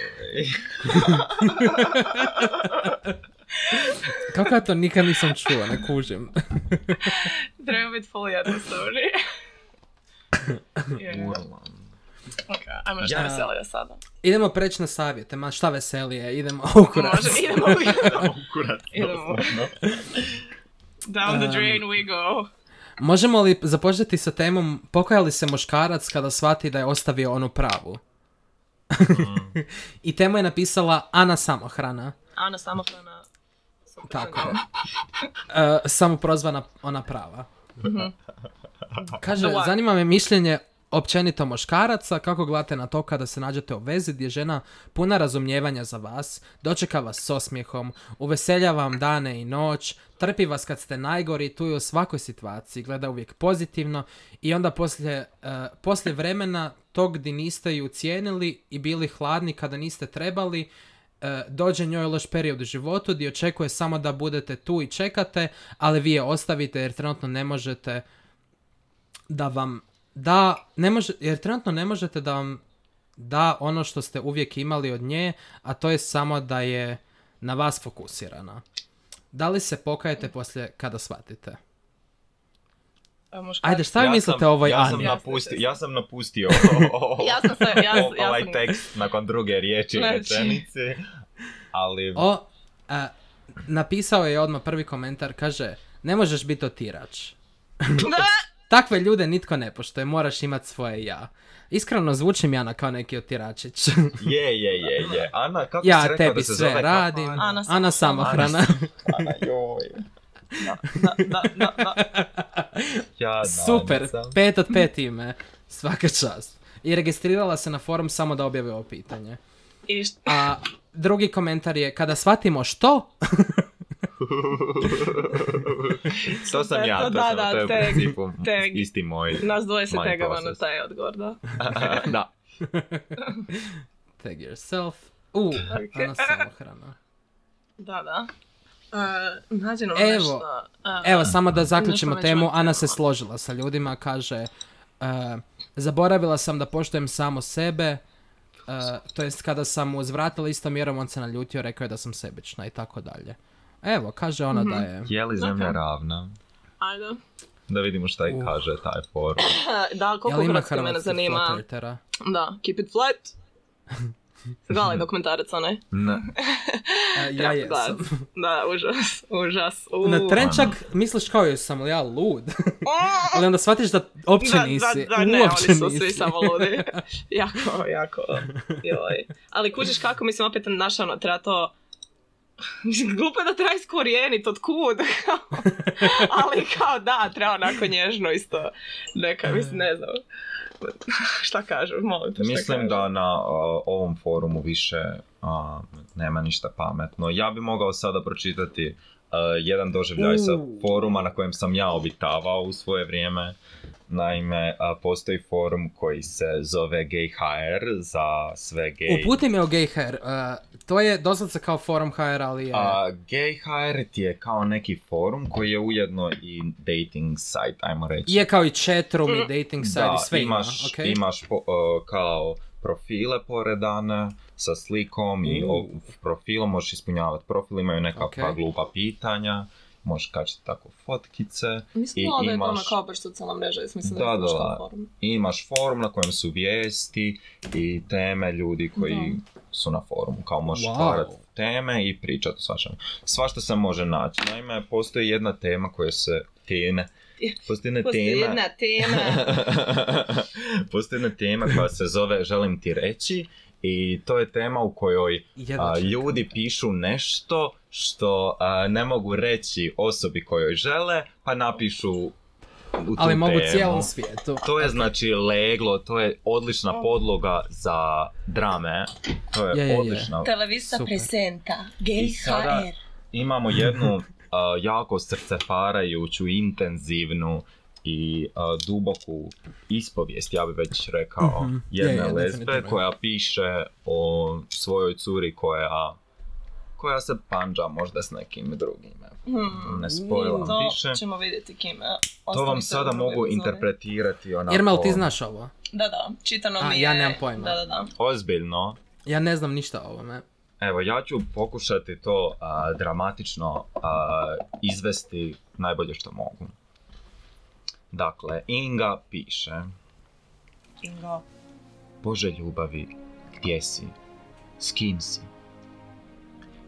Speaker 3: Kako ja to nikad nisam čuo, ne kužim.
Speaker 2: Treba biti full
Speaker 3: [laughs]
Speaker 2: jednostavni. Je.
Speaker 4: Urlan.
Speaker 2: Ok, ajmo nešto
Speaker 4: Ja.
Speaker 2: veselije sada.
Speaker 3: Idemo preći na savjete, ma šta veselije, idemo [laughs] u kurac.
Speaker 2: Može, idemo,
Speaker 3: [laughs]
Speaker 2: idemo.
Speaker 4: Kurac,
Speaker 2: Idemo.
Speaker 4: doslovno.
Speaker 2: Down the
Speaker 3: Um,
Speaker 2: drain we go.
Speaker 3: Možemo li započeti sa temom pokaja li se muškarac kada shvati da je ostavio onu pravu?
Speaker 2: Mm.
Speaker 3: [laughs] I temu je napisala Ana Samohrana.
Speaker 2: Ana samohrana. Super.
Speaker 3: Tako
Speaker 2: [laughs]
Speaker 3: je. E, samoprozvana ona prava. Kaže,
Speaker 2: The one.
Speaker 3: zanima me mišljenje općenito muškaraca, kako gledate na to kada se nađete u vezi gdje žena puna razumijevanja za vas, dočeka vas s osmijehom, uveselja vam dane i noć, trpi vas kad ste najgori, tu je u svakoj situaciji, gleda uvijek pozitivno i onda poslije, e, poslije vremena tog di niste ju cijenili i bili hladni kada niste trebali, e, dođe njoj loš period u životu gdje očekuje samo da budete tu i čekate, ali vi je ostavite jer trenutno ne možete da vam da, ne može, jer trenutno ne možete da vam da ono što ste uvijek imali od nje, a to je samo da je na vas fokusirana. Da li se pokajete poslije kada shvatite?
Speaker 2: A, muškarac.
Speaker 3: Ajde, šta vi mislite o ovoj
Speaker 4: ja sam
Speaker 3: Ani?
Speaker 2: na-
Speaker 4: napustio,
Speaker 2: Jeste,
Speaker 4: ja sam
Speaker 2: [laughs]
Speaker 4: napustio
Speaker 2: Ja sam se, ja,
Speaker 4: o-
Speaker 2: ja
Speaker 4: ovaj
Speaker 2: sam...
Speaker 4: tekst nakon druge riječi i
Speaker 2: Znači.
Speaker 4: rečenice, ali
Speaker 3: O, a, napisao je odmah prvi komentar, kaže, ne možeš biti otirač.
Speaker 2: Da!
Speaker 3: Takve ljude nitko ne poštuje, moraš imat svoje ja. Iskreno zvučim Jana kao neki otiračić.
Speaker 4: je, je, je, je. Ana, kako si
Speaker 3: ja
Speaker 4: rekao da
Speaker 3: tebi
Speaker 4: se
Speaker 3: sve
Speaker 4: zove
Speaker 3: radim.
Speaker 4: Ana?
Speaker 2: Ana
Speaker 3: Ana samohrana.
Speaker 4: Ana, joj.
Speaker 2: Da, da, da, da.
Speaker 4: Jadna
Speaker 2: Pa [laughs]
Speaker 3: Super,
Speaker 4: Anica.
Speaker 3: pet od pet ime. Svaka čast. I registrirala se na forum samo da objavi ovo pitanje.
Speaker 2: I šta?
Speaker 3: A drugi komentar je, kada shvatimo što, [laughs]
Speaker 4: to sam ja, to,
Speaker 2: Da,
Speaker 4: sam,
Speaker 2: da,
Speaker 4: to je u
Speaker 2: tag,
Speaker 4: principu
Speaker 2: tag.
Speaker 4: isti moj.
Speaker 2: Nas dvoje se
Speaker 4: Moj
Speaker 2: tegava na
Speaker 4: proces.
Speaker 2: taj odgovor, da.
Speaker 4: [laughs] da.
Speaker 3: tag yourself. U, Ana samohrana.
Speaker 2: Da, da. Uh, nađi nam
Speaker 3: Evo.
Speaker 2: nešto. E, a,
Speaker 3: Evo, samo da zaključimo
Speaker 2: Nešto među
Speaker 3: temu,
Speaker 2: ovim
Speaker 3: Ana se
Speaker 2: temama.
Speaker 3: složila sa ljudima, kaže e, zaboravila sam da poštujem samo sebe, e, to jest kada sam mu uzvratila istom mjerom, on se naljutio, rekao je da sam sebična i tako dalje. Evo, kaže ona da je...
Speaker 4: Je li zemlja ravna?
Speaker 2: Ajde. [laughs]
Speaker 4: Da vidimo šta i
Speaker 3: Uh.
Speaker 4: kaže taj forum.
Speaker 2: E, Da,
Speaker 3: Jel
Speaker 2: koliko
Speaker 3: ima
Speaker 2: hrvatski mene
Speaker 3: hrvatskih
Speaker 2: zanima.
Speaker 3: flirtera?
Speaker 2: Da, keep it
Speaker 3: [laughs]
Speaker 2: flat. Gledaj dokumentarac, onaj.
Speaker 4: Ne.
Speaker 3: E, ja jesam.
Speaker 2: Da, da, užas, užas. u.
Speaker 3: Na tren čak misliš kao joj sam li ja lud,
Speaker 2: Mm,
Speaker 3: ali onda shvatiš da uopće
Speaker 2: da,
Speaker 3: nisi,
Speaker 2: da, da, ne,
Speaker 3: uopće
Speaker 2: oni su svi
Speaker 3: nisi.
Speaker 2: samo ludi.
Speaker 3: [laughs]
Speaker 2: jako, jako. Joj. Ali kužiš kako, mislim, opet naša, ono, treba to... Mislim, glupo je da treba iskorijeniti, otkud? Ali kao da, treba onako nježno isto. Neka, mislim, ne znam. šta kažu, molim te, šta
Speaker 4: Mislim
Speaker 2: kažu.
Speaker 4: da na o, ovom forumu više a, nema ništa pametno. Ja bi mogao sada pročitati a, jedan doživljaj sa
Speaker 3: U.
Speaker 4: foruma na kojem sam ja obitavao u svoje vrijeme. Naime, a, postoji forum koji se zove GayHR za sve gay.
Speaker 3: Uputi me o gay hair. to je doslovce kao forum HR, ali je...
Speaker 4: A, GayHR ti je kao neki forum koji je ujedno i dating site, ajmo reći.
Speaker 3: I je kao i chatroom i dating site
Speaker 4: da,
Speaker 3: i sve
Speaker 4: imaš,
Speaker 3: ima. ok?
Speaker 4: imaš po- o, kao profile poredane sa slikom i o, profilom možeš ispunjavati profil, imaju neka
Speaker 3: Ok.
Speaker 4: pa glupa pitanja, možeš kačiti tako fotkice,
Speaker 2: Mislim
Speaker 4: I
Speaker 2: da je to ono
Speaker 4: imaš-
Speaker 2: kao baš socijalna mreža, jesam mislim da,
Speaker 4: Da,
Speaker 2: je to
Speaker 4: da,
Speaker 2: kao
Speaker 4: da.
Speaker 2: forum.
Speaker 4: I imaš forum na kojem su vijesti i teme ljudi koji su na forumu, kao možeš
Speaker 3: Wow.
Speaker 4: otvarati teme i pričati o svačemu. Svašta se može naći. Naime, postoji jedna tema koja se...
Speaker 2: [laughs]
Speaker 4: Teme. Postoji jedna
Speaker 2: Postoji
Speaker 4: tema...
Speaker 2: jedna
Speaker 4: [laughs]
Speaker 2: tema.
Speaker 4: Postoji jedna tema koja se zove Želim ti reći i to je tema u kojoj
Speaker 3: Jedva
Speaker 4: a,
Speaker 3: čekam.
Speaker 4: ljudi pišu nešto što a, ne mogu reći osobi kojoj žele, pa napišu u tu
Speaker 3: Ali mogu
Speaker 4: temu.
Speaker 3: cijelom svijetu.
Speaker 4: To je znači leglo, to je odlična podloga za drame. To je
Speaker 3: Je, je, je.
Speaker 4: odlična.
Speaker 2: Televista
Speaker 3: Super.
Speaker 2: presenta.
Speaker 4: I sada
Speaker 2: GHR.
Speaker 4: imamo jednu
Speaker 3: [laughs]
Speaker 4: a, jako srceparajuću, intenzivnu i a, duboku ispovijest, ja bi već rekao,
Speaker 3: Mhm.
Speaker 4: jedne
Speaker 3: Je, je,
Speaker 4: lesbe
Speaker 3: definitivno.
Speaker 4: koja piše o svojoj curi koja koja se panđa možda s nekim drugim.
Speaker 2: Hmm.
Speaker 4: Ne spojila
Speaker 2: To
Speaker 4: više.
Speaker 2: ćemo vidjeti e, kime.
Speaker 4: To vam sada mogu interpretirati onako...
Speaker 3: Jermel, ti znaš ovo?
Speaker 2: Da, da, čitano
Speaker 3: A,
Speaker 2: mi je.
Speaker 3: ja nemam pojma.
Speaker 2: Da, da, da.
Speaker 4: Ozbiljno,
Speaker 3: Ja ne znam ništa o ovome.
Speaker 4: Evo, ja ću pokušati to a, dramatično a, izvesti najbolje što mogu. Dakle, Inga piše
Speaker 2: Ingo.
Speaker 4: Bože ljubavi, gdje si? S kim si?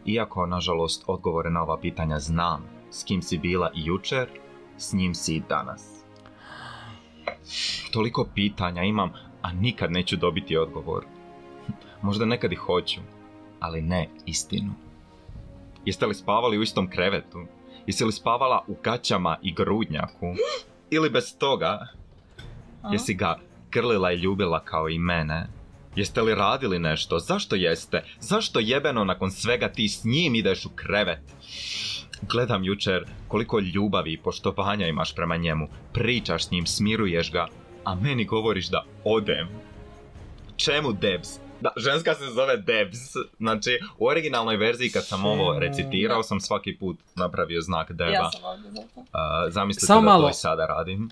Speaker 4: Iako, nažalost, odgovore na ova pitanja znam, s kim si bila i jučer, s njim si i danas. Toliko pitanja imam, a nikad neću dobiti odgovor. Možda nekad i hoću, ali ne istinu. Jeste li spavali u istom krevetu? Jesi li spavala u gaćama i grudnjaku? Ili bez toga?
Speaker 2: A?
Speaker 4: Jesi ga grlila i ljubila kao i mene? Jeste li radili nešto? Zašto jeste? Zašto jebeno nakon svega ti s njim ideš u krevet? Gledam jučer koliko ljubavi i poštovanja imaš prema njemu. Pričaš s njim, smiruješ ga, a meni govoriš da odem. Čemu Debs? Da, ženska se zove Debs. Znači, u originalnoj verziji kad sam ovo
Speaker 3: Čemu?
Speaker 4: recitirao sam svaki put napravio znak Deba.
Speaker 2: Ja sam ovdje zato.
Speaker 4: Uh, zamislite
Speaker 3: Samo
Speaker 4: da to
Speaker 3: malo.
Speaker 4: i sada radim.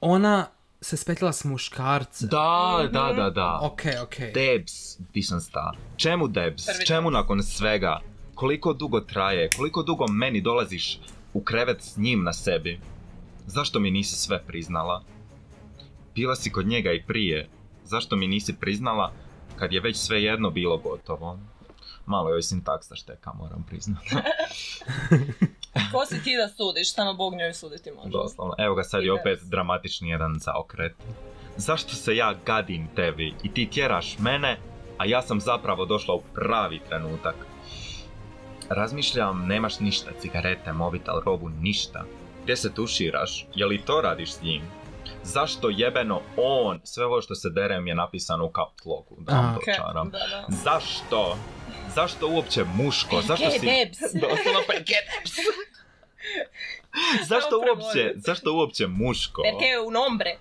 Speaker 3: Ona se spetila s muškarcem.
Speaker 2: Mhm.
Speaker 4: Da, da, da, da.
Speaker 3: Ok, ok.
Speaker 4: Debs, di sam sta. Čemu Debs?
Speaker 2: Prvi
Speaker 4: Čemu nakon svega? Koliko dugo traje? Koliko dugo meni dolaziš u krevet s njim na sebi? Zašto mi nisi sve priznala? Bila si kod njega i prije. Zašto mi nisi priznala kad je već sve jedno bilo gotovo? Malo joj sintaksa šteka, moram priznati.
Speaker 2: Ko si ti da sudiš? Samo Bog njoj suditi može.
Speaker 4: Doslovno. Evo ga sad je
Speaker 2: Ide.
Speaker 4: opet dramatični jedan zaokret. Zašto se ja gadim tebi i ti tjeraš mene, a ja sam zapravo došla u pravi trenutak. Razmišljam, nemaš ništa, cigarete, mobitel, robu, ništa. Gdje se tuširaš? Je li to radiš s njim? Zašto jebeno on? Sve ovo što se derem je napisano u kap locku, da vam
Speaker 3: A.
Speaker 4: to
Speaker 2: Okej,
Speaker 4: čaram.
Speaker 2: Da, da.
Speaker 4: Zašto? Zašto uopće muško? Zašto
Speaker 2: Gay
Speaker 4: si...
Speaker 2: babes.
Speaker 4: [laughs] Doslovno pa zašto
Speaker 2: Dobro,
Speaker 4: uopće,
Speaker 2: molim.
Speaker 4: zašto uopće muško?
Speaker 2: Perché è un ombre?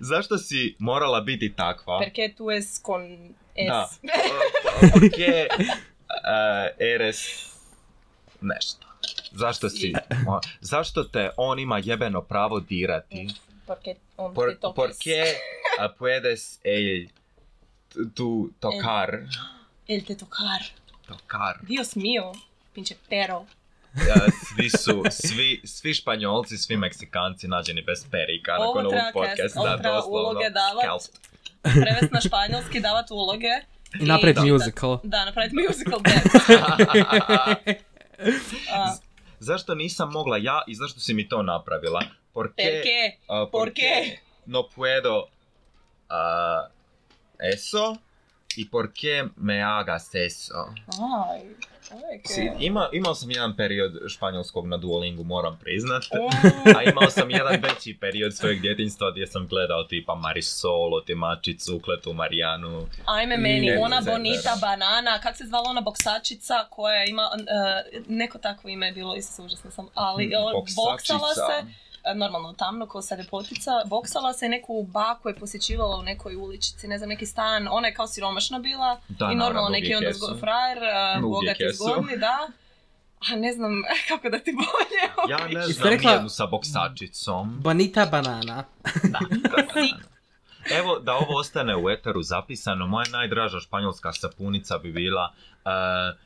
Speaker 4: Zašto si morala biti takva? Pa,
Speaker 2: Perché tu es con es?
Speaker 4: Da. O- o- Porque eh, eres nešto. Zašto si? mo- Zašto te on ima jebeno pravo dirati?
Speaker 2: Perché on
Speaker 4: Por,
Speaker 2: te toques?
Speaker 4: porque eh, puedes el tu tocar.
Speaker 2: El te tocar.
Speaker 4: Tocar.
Speaker 2: Dios mio. Pinche pero.
Speaker 4: Eh, Svi su, svi, svi španjolci, svi meksikanci nađeni bez perika
Speaker 2: Ovo
Speaker 4: nakon ovog
Speaker 2: treba
Speaker 4: podcasta,
Speaker 2: kast- ovo treba
Speaker 4: doslovno.
Speaker 2: uloge davat.
Speaker 4: Scalp.
Speaker 2: Prevest na španjolski, davat uloge.
Speaker 3: I napred
Speaker 2: čitat.
Speaker 3: musical.
Speaker 2: Da, napraviti
Speaker 4: [laughs]
Speaker 2: musical dance. A,
Speaker 4: [laughs] Zašto nisam mogla ja i zašto si mi to napravila? Porque,
Speaker 2: perché?
Speaker 4: a,
Speaker 2: Porque?
Speaker 4: no puedo a, eso i porque me hagas eso.
Speaker 2: Aj.
Speaker 4: Si- Ima, imao sam jedan period španjolskog na Duolingu, moram priznat. [laughs]
Speaker 2: Uuu,
Speaker 4: A imao sam jedan veći period svojeg djetinjstva gdje sam gledao tipa Marisol, Otimačicu, Kletu Marijanu.
Speaker 2: Ajme
Speaker 4: I
Speaker 2: meni,
Speaker 4: ne
Speaker 2: ona
Speaker 4: znam,
Speaker 2: bonita
Speaker 4: da.
Speaker 2: banana, kak se zvala ona boksačica koja je ima, eh, neko takvo ime je bilo, isuse, užasno sam, ali
Speaker 4: Hmm,
Speaker 2: eh, boksala se,
Speaker 4: Boksačica.
Speaker 2: e, normalno tamno ko sad je potica, boksala se i neku baku je posjećivala u nekoj uličici, ne znam, neki stan, ona je kao siromašna bila
Speaker 4: Da,
Speaker 2: i
Speaker 4: naravno,
Speaker 2: normalno neki
Speaker 4: uvijek
Speaker 2: onda
Speaker 4: jesu.
Speaker 2: zgo, frajer, e,
Speaker 4: Uvijek
Speaker 2: bogat i
Speaker 4: jesu.
Speaker 2: zgodni, da. A ne znam [laughs] kako da ti bolje.
Speaker 4: Ja ne
Speaker 3: Jeste
Speaker 4: znam
Speaker 3: rekla-
Speaker 4: nijednu sa boksačicom.
Speaker 3: Bonita banana.
Speaker 4: Da, da, da. Evo, da ovo ostane u eteru zapisano, moja najdraža španjolska sapunica bi bila eh,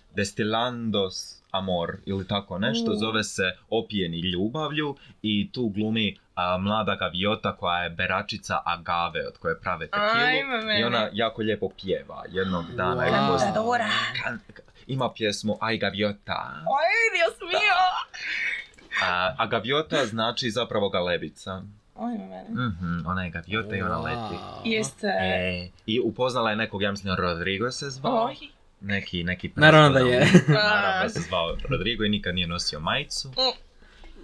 Speaker 4: Destilandos Amor ili tako nešto,
Speaker 2: U.
Speaker 4: zove se Opijeni ljubavlju i tu glumi a, mlada gaviota koja je beračica agave od koje prave tekilu
Speaker 2: Ajme mene.
Speaker 4: i ona jako lijepo pjeva jednog dana. je
Speaker 3: Wow.
Speaker 4: poznala-
Speaker 2: Cantadora.
Speaker 4: Kan- ima pjesmu Aj gaviota. Eh,
Speaker 2: Oj, Dios mio.
Speaker 4: A, a gaviota znači zapravo galebica.
Speaker 2: Ajme mene.
Speaker 4: Mhm, ona je gaviota i ona leti.
Speaker 2: Jeste.
Speaker 4: E, I upoznala je nekog, ja mislim, Rodrigo se zvao.
Speaker 2: Oj. Pa.
Speaker 4: Neki, neki
Speaker 3: Naravno da
Speaker 4: prezgodom.
Speaker 3: je.
Speaker 4: Naravno da se zvao Rodrigo i nikad nije nosio majicu.
Speaker 2: Mm.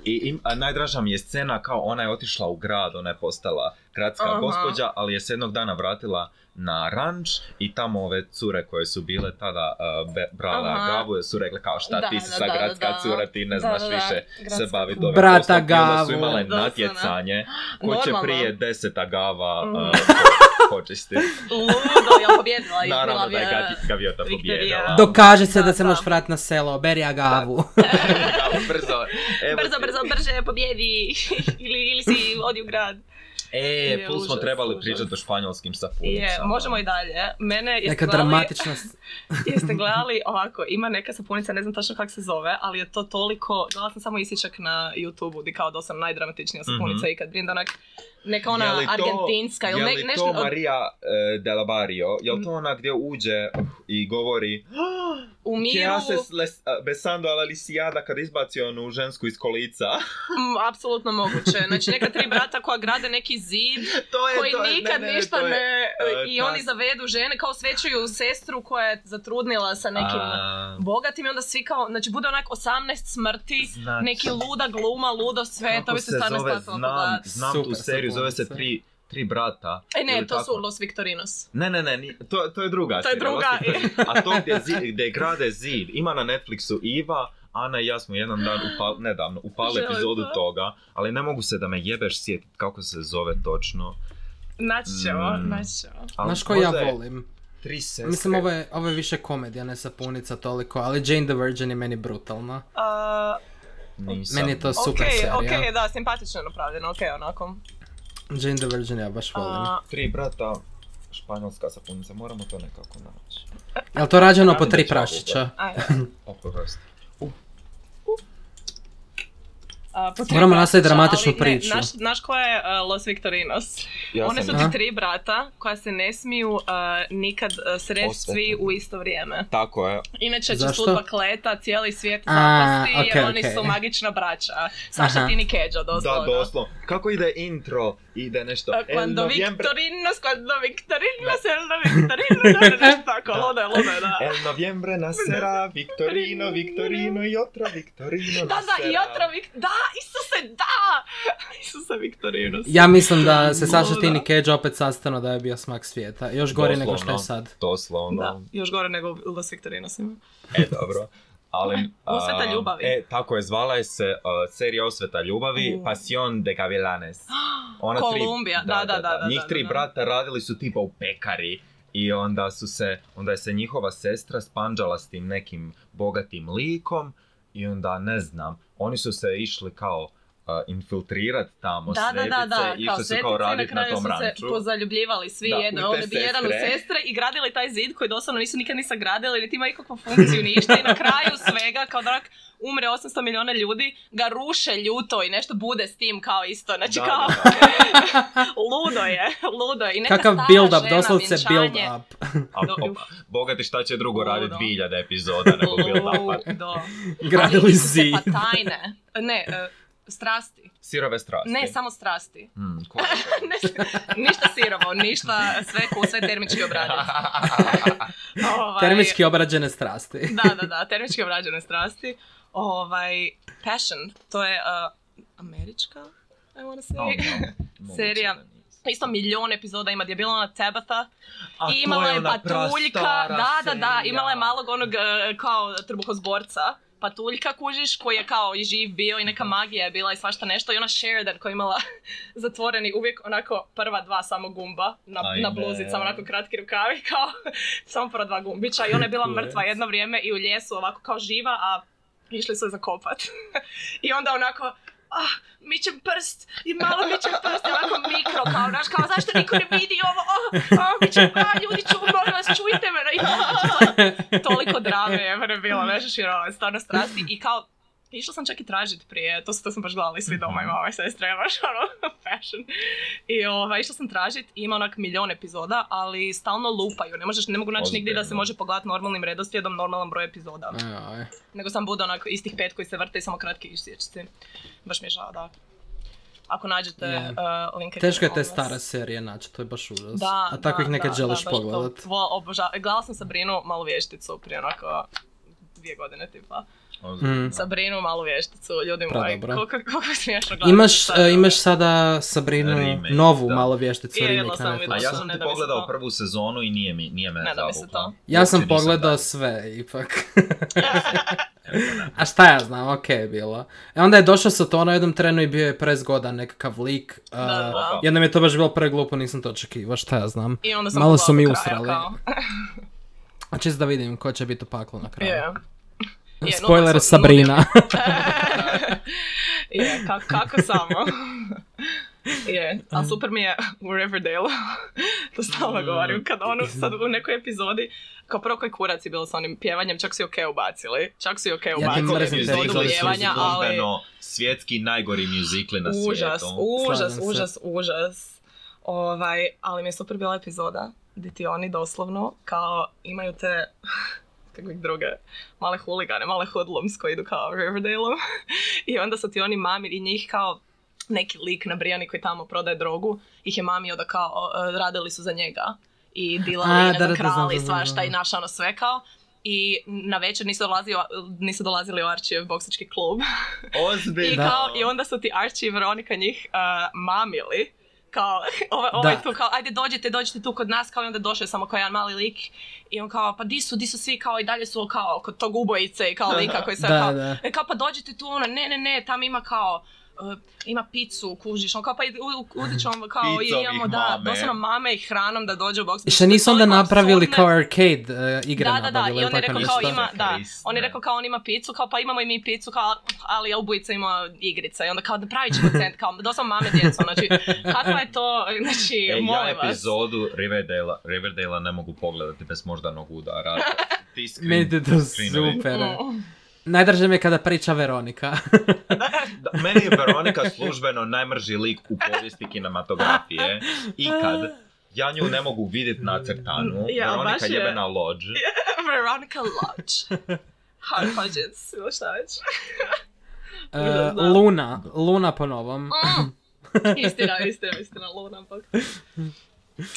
Speaker 4: I im, a najdraža mi je scena kao ona je otišla u grad, ona je postala gradska
Speaker 2: Aha.
Speaker 4: gospođa, ali je se jednog dana vratila na ranč i tamo ove cure koje su bile tada uh, be- brale
Speaker 2: Aha.
Speaker 4: agavu su rekle kao šta
Speaker 2: Da,
Speaker 4: ti si
Speaker 2: da,
Speaker 4: sa
Speaker 2: da,
Speaker 4: gradska
Speaker 2: da, da.
Speaker 4: cura, ti ne
Speaker 2: Da,
Speaker 4: znaš
Speaker 2: da, da.
Speaker 4: više se
Speaker 2: Gradska
Speaker 4: baviti
Speaker 2: cura.
Speaker 4: ovim
Speaker 3: Brata
Speaker 4: poslom." I onda su
Speaker 3: Gavu.
Speaker 4: imale
Speaker 2: Doslovno.
Speaker 4: natjecanje ko će
Speaker 2: Normalno.
Speaker 4: prije deset agava
Speaker 2: Mhm.
Speaker 4: uh, [laughs] počistiti.
Speaker 2: Ludo, ja pobjedila i
Speaker 4: Naravno da
Speaker 2: bila
Speaker 4: je Gavi- Gaviota
Speaker 2: Viktorija.
Speaker 4: pobjedila. [laughs]
Speaker 3: Dokaže se
Speaker 2: Da,
Speaker 3: da se
Speaker 2: da.
Speaker 3: možeš vratiti na selo, beri agavu.
Speaker 4: Evo, brzo. Evo
Speaker 2: e, Brzo,
Speaker 4: ti.
Speaker 2: brzo, brže, pobjedi. [laughs] ili, ili si odi u grad.
Speaker 4: E,
Speaker 2: Je,
Speaker 4: pul smo
Speaker 2: užas,
Speaker 4: trebali
Speaker 2: užas.
Speaker 4: pričati o španjolskim sapunicama.
Speaker 2: Je, možemo i dalje. Mene je
Speaker 3: [laughs] Neka
Speaker 2: gledali,
Speaker 3: dramatična... s-
Speaker 2: jeste gledali ovako, ima neka sapunica, ne znam tačno kako se zove, ali je to toliko, gledala sam samo isječak na YouTube-u, gdje kao da sam najdramatičnija sapunica
Speaker 4: Mhm.
Speaker 2: ikad, vidim da onak, neka ona
Speaker 4: Je li to-
Speaker 2: argentinska ili
Speaker 4: je
Speaker 2: ne,
Speaker 4: li
Speaker 2: nešto
Speaker 4: to
Speaker 2: od-
Speaker 4: Maria eh, de la Barrio? Je li to ona gdje uđe uh, i govori
Speaker 2: u miru,
Speaker 4: Kjera se s les- eh, besando a la lisiada kad izbaci onu žensku iz kolica? [laughs]
Speaker 2: m, apsolutno moguće. Znači neka tri brata koja grade neki zid,
Speaker 4: to je,
Speaker 2: koji
Speaker 4: to je, ne,
Speaker 2: nikad
Speaker 4: ne, ne,
Speaker 2: ništa
Speaker 4: to
Speaker 2: ne,
Speaker 4: je- e,
Speaker 2: i
Speaker 4: ta-
Speaker 2: oni zavedu žene, kao svećuju sestru koja je zatrudnila sa nekim...
Speaker 4: A,
Speaker 2: bogatim i onda svi kao, znači bude onak 18 smrti,
Speaker 4: znači,
Speaker 2: neki luda gluma, ludo sve,
Speaker 4: kako
Speaker 2: to bi se stvarno pa
Speaker 4: zove,
Speaker 2: isplatilo
Speaker 4: znam,
Speaker 2: pogledati.
Speaker 4: znam tu
Speaker 3: Super
Speaker 4: seriju, zove se
Speaker 3: sapunica.
Speaker 4: Tri, tri brata.
Speaker 2: E ne,
Speaker 4: ili
Speaker 2: to su
Speaker 4: tako?
Speaker 2: Los Victorinos.
Speaker 4: Ne, ne, ne, ni- to, to je druga
Speaker 2: To je
Speaker 4: serija,
Speaker 2: druga.
Speaker 4: Lost in Fairy. A to gdje, zi, gdje grade zid, ima na Netflixu Iva, Ana i ja smo jedan dan, upa, nedavno, upali
Speaker 2: Želim
Speaker 4: epizodu
Speaker 2: to.
Speaker 4: toga, ali ne mogu se da me jebeš sjetit kako se zove točno.
Speaker 2: [laughs] Naći ćemo,
Speaker 4: Mm.
Speaker 2: naći ćemo.
Speaker 4: Ali
Speaker 3: Znaš koju ja
Speaker 4: možda je
Speaker 3: volim?
Speaker 4: Tri sestre.
Speaker 3: Mislim, ovo je, ovo je više komedija, ne sapunica toliko, ali Jane the Virgin je meni brutalna.
Speaker 2: A,
Speaker 4: Nisam.
Speaker 3: Meni je to
Speaker 2: ok,
Speaker 3: super serija.
Speaker 2: ok, da, simpatično je napravljeno, ok, onako.
Speaker 3: Jane the Virgin ja baš volim.
Speaker 2: A,
Speaker 4: Tri brata, španjolska sapunica, moramo to nekako naći.
Speaker 3: Jel to rađeno po
Speaker 4: Naravno da
Speaker 3: tri
Speaker 4: ću
Speaker 3: prašića?
Speaker 2: ajde.
Speaker 4: Oprosti.
Speaker 2: A, po tri
Speaker 3: Moramo
Speaker 2: brata,
Speaker 3: nastaviti dramatičnu
Speaker 2: ali ne,
Speaker 3: priču.
Speaker 2: Znaš, znaš koja je uh, Los Victorinos?
Speaker 4: Ja
Speaker 2: One su
Speaker 4: sam
Speaker 3: Aha.
Speaker 2: ti tri brata koja se ne smiju uh, nikad uh, sresti svi
Speaker 4: Osvetno.
Speaker 2: u isto vrijeme.
Speaker 4: Tako je.
Speaker 2: Inače će
Speaker 3: Zašto?
Speaker 2: sudba kleta cijeli svijet
Speaker 3: A,
Speaker 2: zapasti jer
Speaker 3: okej,
Speaker 2: oni
Speaker 3: okej.
Speaker 2: su magična braća. Saša
Speaker 3: Aha.
Speaker 2: ti ni keđa, doslovno.
Speaker 4: Da, doslovno. Kako ide intro? Ide nešto.
Speaker 2: A, Quando
Speaker 4: El noviembre-
Speaker 2: Victorinos, quando Victorinos, el no Victorinos, dobro,
Speaker 3: [laughs]
Speaker 2: nešto tako,
Speaker 4: Da.
Speaker 2: ludo je, ludo je, da.
Speaker 4: El noviembre nacerá Victorino, Victorino y otro Victorino
Speaker 2: Da, da, i
Speaker 4: nacerá.
Speaker 2: otra Vic... Da, Isuse, da! [laughs] Isuse Victorinos.
Speaker 3: Ja mislim da se Saša
Speaker 2: Da.
Speaker 3: Tini Cage opet sastano da je bio smak svijeta. Još gori nego što je
Speaker 4: Doslovno.
Speaker 3: sad.
Speaker 4: Doslovno.
Speaker 2: Da, još gore nego u Los Victorinos ima. [gasps]
Speaker 4: E, dobro. Ali,
Speaker 2: Osveta
Speaker 4: a,
Speaker 2: Ovaj, ljubavi.
Speaker 4: E, tako je, zvala je se a, serija Osveta ljubavi,
Speaker 2: Mm.
Speaker 4: Pasión de Gavilanes. Ona
Speaker 2: Kolumbija, da, da, da, da,
Speaker 4: Njih
Speaker 2: da,
Speaker 4: tri
Speaker 2: da.
Speaker 4: brata radili su tipa u pekari. I onda su se, onda je se njihova sestra spanđala s tim nekim bogatim likom i onda ne znam, oni su se išli kao a, infiltrirat tamo
Speaker 2: Da, da, da, da,
Speaker 4: svetice,
Speaker 2: kao
Speaker 4: išli su
Speaker 2: svetice
Speaker 4: kao
Speaker 2: i na
Speaker 4: radit na
Speaker 2: kraju
Speaker 4: tom
Speaker 2: su se
Speaker 4: ranču.
Speaker 2: pozaljubljivali svi
Speaker 4: Da,
Speaker 2: jedno,
Speaker 4: u te
Speaker 2: oni bi jedan u
Speaker 4: sestre.
Speaker 2: sestre i gradili taj zid koji doslovno nisu nikad ni sagradili, niti ima ikakvu funkciju, ništa i na kraju svega, kao drak, umre 800 milijuna ljudi, ga ruše ljuto i nešto bude s tim kao isto, znači
Speaker 4: Da,
Speaker 2: kao [laughs]
Speaker 4: da, da.
Speaker 2: ludo je, ludo je. I neka
Speaker 3: Kakav
Speaker 2: stara
Speaker 3: build up,
Speaker 2: žena,
Speaker 3: doslovce
Speaker 2: vjenčanje.
Speaker 3: build up.
Speaker 4: A,
Speaker 2: Do-
Speaker 4: opa, bogati šta će drugo
Speaker 2: Ludo.
Speaker 4: raditi
Speaker 2: [laughs]
Speaker 4: 2000 epizoda nego build upa.
Speaker 2: Ludo. Ali
Speaker 3: Gradili
Speaker 2: nisu se
Speaker 3: zid.
Speaker 2: Pa tajne. Ne, e, strasti.
Speaker 4: Sirove strasti.
Speaker 2: Ne, samo strasti.
Speaker 3: Hmm.
Speaker 4: Mm, cool.
Speaker 2: [laughs] Ne, ništa sirovo, ništa, sve ku, sve termički obradivo.
Speaker 4: [laughs]
Speaker 2: Ovaj,
Speaker 3: Termički obrađene strasti. [laughs]
Speaker 2: Da, da, da, termički obrađene strasti. Ovaj, Passion, to je uh, američka, I wanna
Speaker 4: Oh,
Speaker 2: say.
Speaker 4: no. Moguće
Speaker 2: Serija.
Speaker 4: da nisam.
Speaker 2: Isto milion epizoda ima, gdje je bila ona Tabatha
Speaker 4: A
Speaker 2: i
Speaker 4: to
Speaker 2: imala je
Speaker 4: ona
Speaker 2: patuljka,
Speaker 4: prastara
Speaker 2: da, da, da,
Speaker 4: serija.
Speaker 2: imala je malog onog e, kao trbuhozborca, patuljka kužiš, koji je kao i živ bio i neka magija je bila i svašta nešto i ona Sheridan koja je imala [laughs] zatvoreni uvijek onako prva dva samo gumba na,
Speaker 4: Ajme.
Speaker 2: na bluzicama, onako kratki rukavi [laughs] kao samo prva dva gumbića i ona je bila
Speaker 3: Kurac.
Speaker 2: mrtva jedno vrijeme i u ljesu ovako kao živa, a išli su je zakopat. [laughs] I onda onako, ah, mićem prst, i malo mićem prst, i onako mikro, kao, znaš, kao, zašto niko ne vidi ovo, oh, oh, mićem, ah, ljudi, ču, molim vas, čujte me, i znači, toliko drame je mene bilo, nešto širo, ono, stvarno strasti, i kao, Išla sam čak i tražit prije, to, to sam baš gledala i svi doma, i mama i sestra, ja baš ono, fashion. I ovaj, išla sam tražit, ima onak milion epizoda, ali stalno lupaju, ne, možeš, ne mogu naći nigdje da se
Speaker 4: Ozbiljno.
Speaker 2: može pogledati normalnim redoslijedom, normalan broj epizoda
Speaker 3: Ajoj.
Speaker 2: nego sam bude onako istih pet koji se vrte i samo kratki isječci. Baš mi je žao, da. Ako nađete
Speaker 3: Je.
Speaker 2: uh, linke...
Speaker 3: Teško je te stare serije naći, to je baš užas.
Speaker 2: Da,
Speaker 3: A
Speaker 2: da,
Speaker 3: tako ih nekad
Speaker 2: da,
Speaker 3: želiš
Speaker 2: da, baš to.
Speaker 3: pogledat.
Speaker 2: Vo- oboža- Gledala sam Sabrinu malu vješticu prije onako dvije godine tipa.
Speaker 4: Ozbiljno.
Speaker 3: Mm.
Speaker 2: Sabrinu malu vješticu, ljudi moji,
Speaker 3: Pradobra.
Speaker 2: koliko, koliko je smiješno gledati.
Speaker 3: Imaš, e, imaš sada Sabrinu
Speaker 4: Remake,
Speaker 3: novu
Speaker 4: da.
Speaker 3: malo vješticu
Speaker 2: Je,
Speaker 3: remake
Speaker 2: jedva
Speaker 3: na
Speaker 2: sam vidjela.
Speaker 4: A ja
Speaker 3: Netflixu.
Speaker 4: sam
Speaker 2: Ne
Speaker 4: ti
Speaker 2: da mi se
Speaker 4: pogledao
Speaker 2: to-
Speaker 4: prvu sezonu i nije mi, nije me
Speaker 2: Ne da mi se
Speaker 4: zavukla.
Speaker 2: to.
Speaker 3: Ja sam
Speaker 4: Uopće nisam
Speaker 3: pogledao
Speaker 4: dalje.
Speaker 3: sve,
Speaker 2: [laughs]
Speaker 3: ipak. A šta ja znam, okej je bilo. E onda je došao sa to na jednom trenu i bio je prezgodan nekakav lik. Uh,
Speaker 2: da.
Speaker 4: Opa.
Speaker 3: jednom je to baš bilo preglupo, nisam to očekivao, šta ja znam.
Speaker 2: I onda sam
Speaker 3: e, Malo su mi
Speaker 2: pogledala do kraja,
Speaker 3: usrali.
Speaker 2: kao. [laughs]
Speaker 3: A čisto da vidim ko će biti u paklu na kraju.
Speaker 2: Je. Je, nudili su-
Speaker 3: Spoiler Sabrina. [laughs]
Speaker 2: [laughs] Je, ka- kako samo. Je,
Speaker 3: Um.
Speaker 2: a super mi je u Riverdale, to stalno
Speaker 3: Mm,
Speaker 2: govorim, kad ono sad u nekoj epizodi, kao prvo koji kurac je bilo sa onim pjevanjem, čak su i okej ubacili, čak su i okej
Speaker 3: Ja ti
Speaker 2: ubacili
Speaker 3: mrzim te
Speaker 2: epizodu
Speaker 3: epizode, su ono,
Speaker 2: pjevanja, ali
Speaker 4: Službeno svjetski najgori mjuzikli na
Speaker 2: užas,
Speaker 4: svijetu.
Speaker 2: užas,
Speaker 3: Slažem se.
Speaker 2: užas, užas. Ovaj, ali mi je super bila epizoda gdje ti oni doslovno kao imaju te [laughs] kako ih druge, male huligane, male hoodlums koji idu kao Riverdale-om. [laughs] I onda su ti oni mami i njih kao neki lik na Brijani koji tamo prodaje drogu, ih je mamio da kao e, radili su za njega. I dilali,
Speaker 3: A,
Speaker 2: i ne
Speaker 3: da,
Speaker 2: znam,
Speaker 3: da, da, znam,
Speaker 2: krali,
Speaker 3: znam, znam,
Speaker 2: svašta i
Speaker 3: znam.
Speaker 2: naša ono sve kao. I na večer nisu, dolazio, nisu dolazili u Arčijev boksački klub.
Speaker 4: Ozbiljno.
Speaker 2: I,
Speaker 3: Da.
Speaker 2: kao, I onda su ti Archie i Veronika njih uh, mamili. Kao, [laughs] ovo, ovo je
Speaker 3: Da.
Speaker 2: tu, kao, ajde dođite, dođite tu kod nas, kao i onda došao je samo kao jedan mali lik. I on kao, pa di su, di su svi, kao i dalje su kao kod tog ubojice
Speaker 3: [laughs]
Speaker 2: i kao lika koji se
Speaker 3: Da,
Speaker 2: kao,
Speaker 3: da.
Speaker 2: e, kao, pa dođite tu, ono, ne, ne, ne, tam ima kao, uh, ima picu, kužiš, on kao, pa i- u- u- uzet ću vam kao, i
Speaker 4: Picom ih
Speaker 2: imamo, da,
Speaker 4: mame.
Speaker 2: doslovno mame i hranom da dođe u boks.
Speaker 3: I Šta nisu onda
Speaker 2: Toliko
Speaker 3: napravili
Speaker 2: apsurdne-
Speaker 3: kao arcade e, igre
Speaker 2: da, da, da, i
Speaker 3: nabavili ili
Speaker 2: on je
Speaker 3: tako
Speaker 2: rekao kao
Speaker 3: nešto.
Speaker 2: ima, da,
Speaker 4: Christ,
Speaker 2: on je
Speaker 4: ne.
Speaker 2: rekao kao on ima picu, kao pa imamo i mi picu, kao, ali obujica ima igrica i onda kao napravit ćemo cent, kao doslovno mame djecu, znači, kakva je to, znači,
Speaker 4: E, ja
Speaker 2: molim vas.
Speaker 4: epizodu Riverdale-a Riverdale ne mogu pogledati bez moždanog
Speaker 2: [laughs]
Speaker 4: udara. Ti screen-
Speaker 3: Meni je to
Speaker 4: screenovi.
Speaker 3: super.
Speaker 2: Mm.
Speaker 3: Najdrže me kada priča Veronika.
Speaker 4: Da, meni je Veronika službeno najmrži lik u povijesti kinematografije. Ikad. Ja nju ne mogu vidjeti na crtanu.
Speaker 2: Mm, Ja, baš
Speaker 4: Veronika
Speaker 2: je.
Speaker 4: jebena lodge.
Speaker 2: Veronica Lodge. Hard Hodges, ili šta već.
Speaker 3: E,
Speaker 2: Užas, da.
Speaker 3: Luna, Luna po novom.
Speaker 2: Mm. Istina, istina, istina, Luna, bok.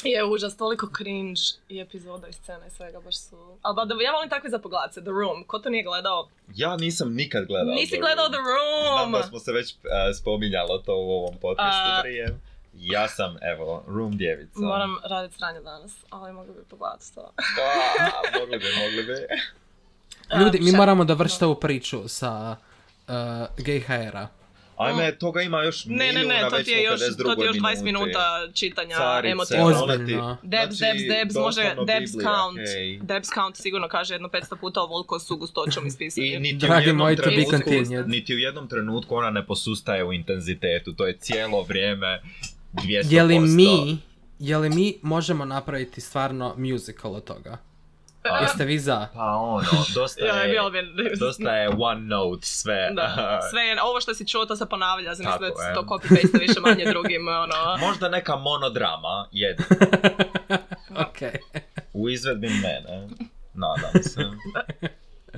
Speaker 2: Je užas, toliko cringe i epizoda i scena i svega, baš su... Ali ba, da- ja volim takve za pogled se, The Room, ko to nije gledao?
Speaker 4: Ja nisam nikad gledao.
Speaker 2: Nisi
Speaker 4: The
Speaker 2: gledao
Speaker 4: Room.
Speaker 2: The Room!
Speaker 4: Znam da smo se već uh, spominjalo to u ovom podcastu
Speaker 2: A-
Speaker 4: prije. Ja sam, evo, room djevica.
Speaker 2: Moram raditi sranje danas, ali mogu bi pogledati to.
Speaker 4: A, mogli bi, mogli bi.
Speaker 3: [laughs] Ljudi, mi
Speaker 2: šta?
Speaker 3: moramo da vršite ovu priču sa uh, GHR-a.
Speaker 4: Ajme, toga ima još
Speaker 2: Ne, ne, ne,
Speaker 4: milijuna,
Speaker 2: to
Speaker 4: već
Speaker 2: ti je
Speaker 4: smo
Speaker 2: još, to ti je još
Speaker 4: 52
Speaker 2: 20 minuta čitanja
Speaker 4: Carice,
Speaker 2: emotivno.
Speaker 3: Ozbiljno.
Speaker 4: ona ti-
Speaker 2: Debs,
Speaker 4: ono, znači,
Speaker 2: Debs, Debs, može
Speaker 4: doslovno
Speaker 2: Debs
Speaker 4: Biblija,
Speaker 2: count.
Speaker 4: hej.
Speaker 2: Debs count sigurno kaže jedno 500 puta ovoliko su gustoćom [laughs]
Speaker 4: I
Speaker 2: ispisani.
Speaker 4: niti
Speaker 3: Dragi
Speaker 4: u jednom
Speaker 3: moji, to be
Speaker 4: trenutku,
Speaker 3: continued.
Speaker 4: niti u jednom trenutku ona ne posustaje u intenzitetu, to je cijelo vrijeme 200%.
Speaker 3: Je li mi, je li mi možemo napraviti stvarno musical od toga?
Speaker 4: A,
Speaker 3: Jeste vi za?
Speaker 4: pa ono, dosta
Speaker 2: Ja, je
Speaker 4: je,
Speaker 2: bilo bi...
Speaker 4: dosta je one note sve.
Speaker 2: [laughs] Da, sve je, ovo što si čuo to se ponavlja, znači
Speaker 4: Tako
Speaker 2: da se
Speaker 4: je.
Speaker 2: to copy
Speaker 4: [laughs]
Speaker 2: paste više manje drugim, ono...
Speaker 4: Možda neka monodrama, jedna,
Speaker 3: Okej.
Speaker 4: u izvedbi mene, nadam se.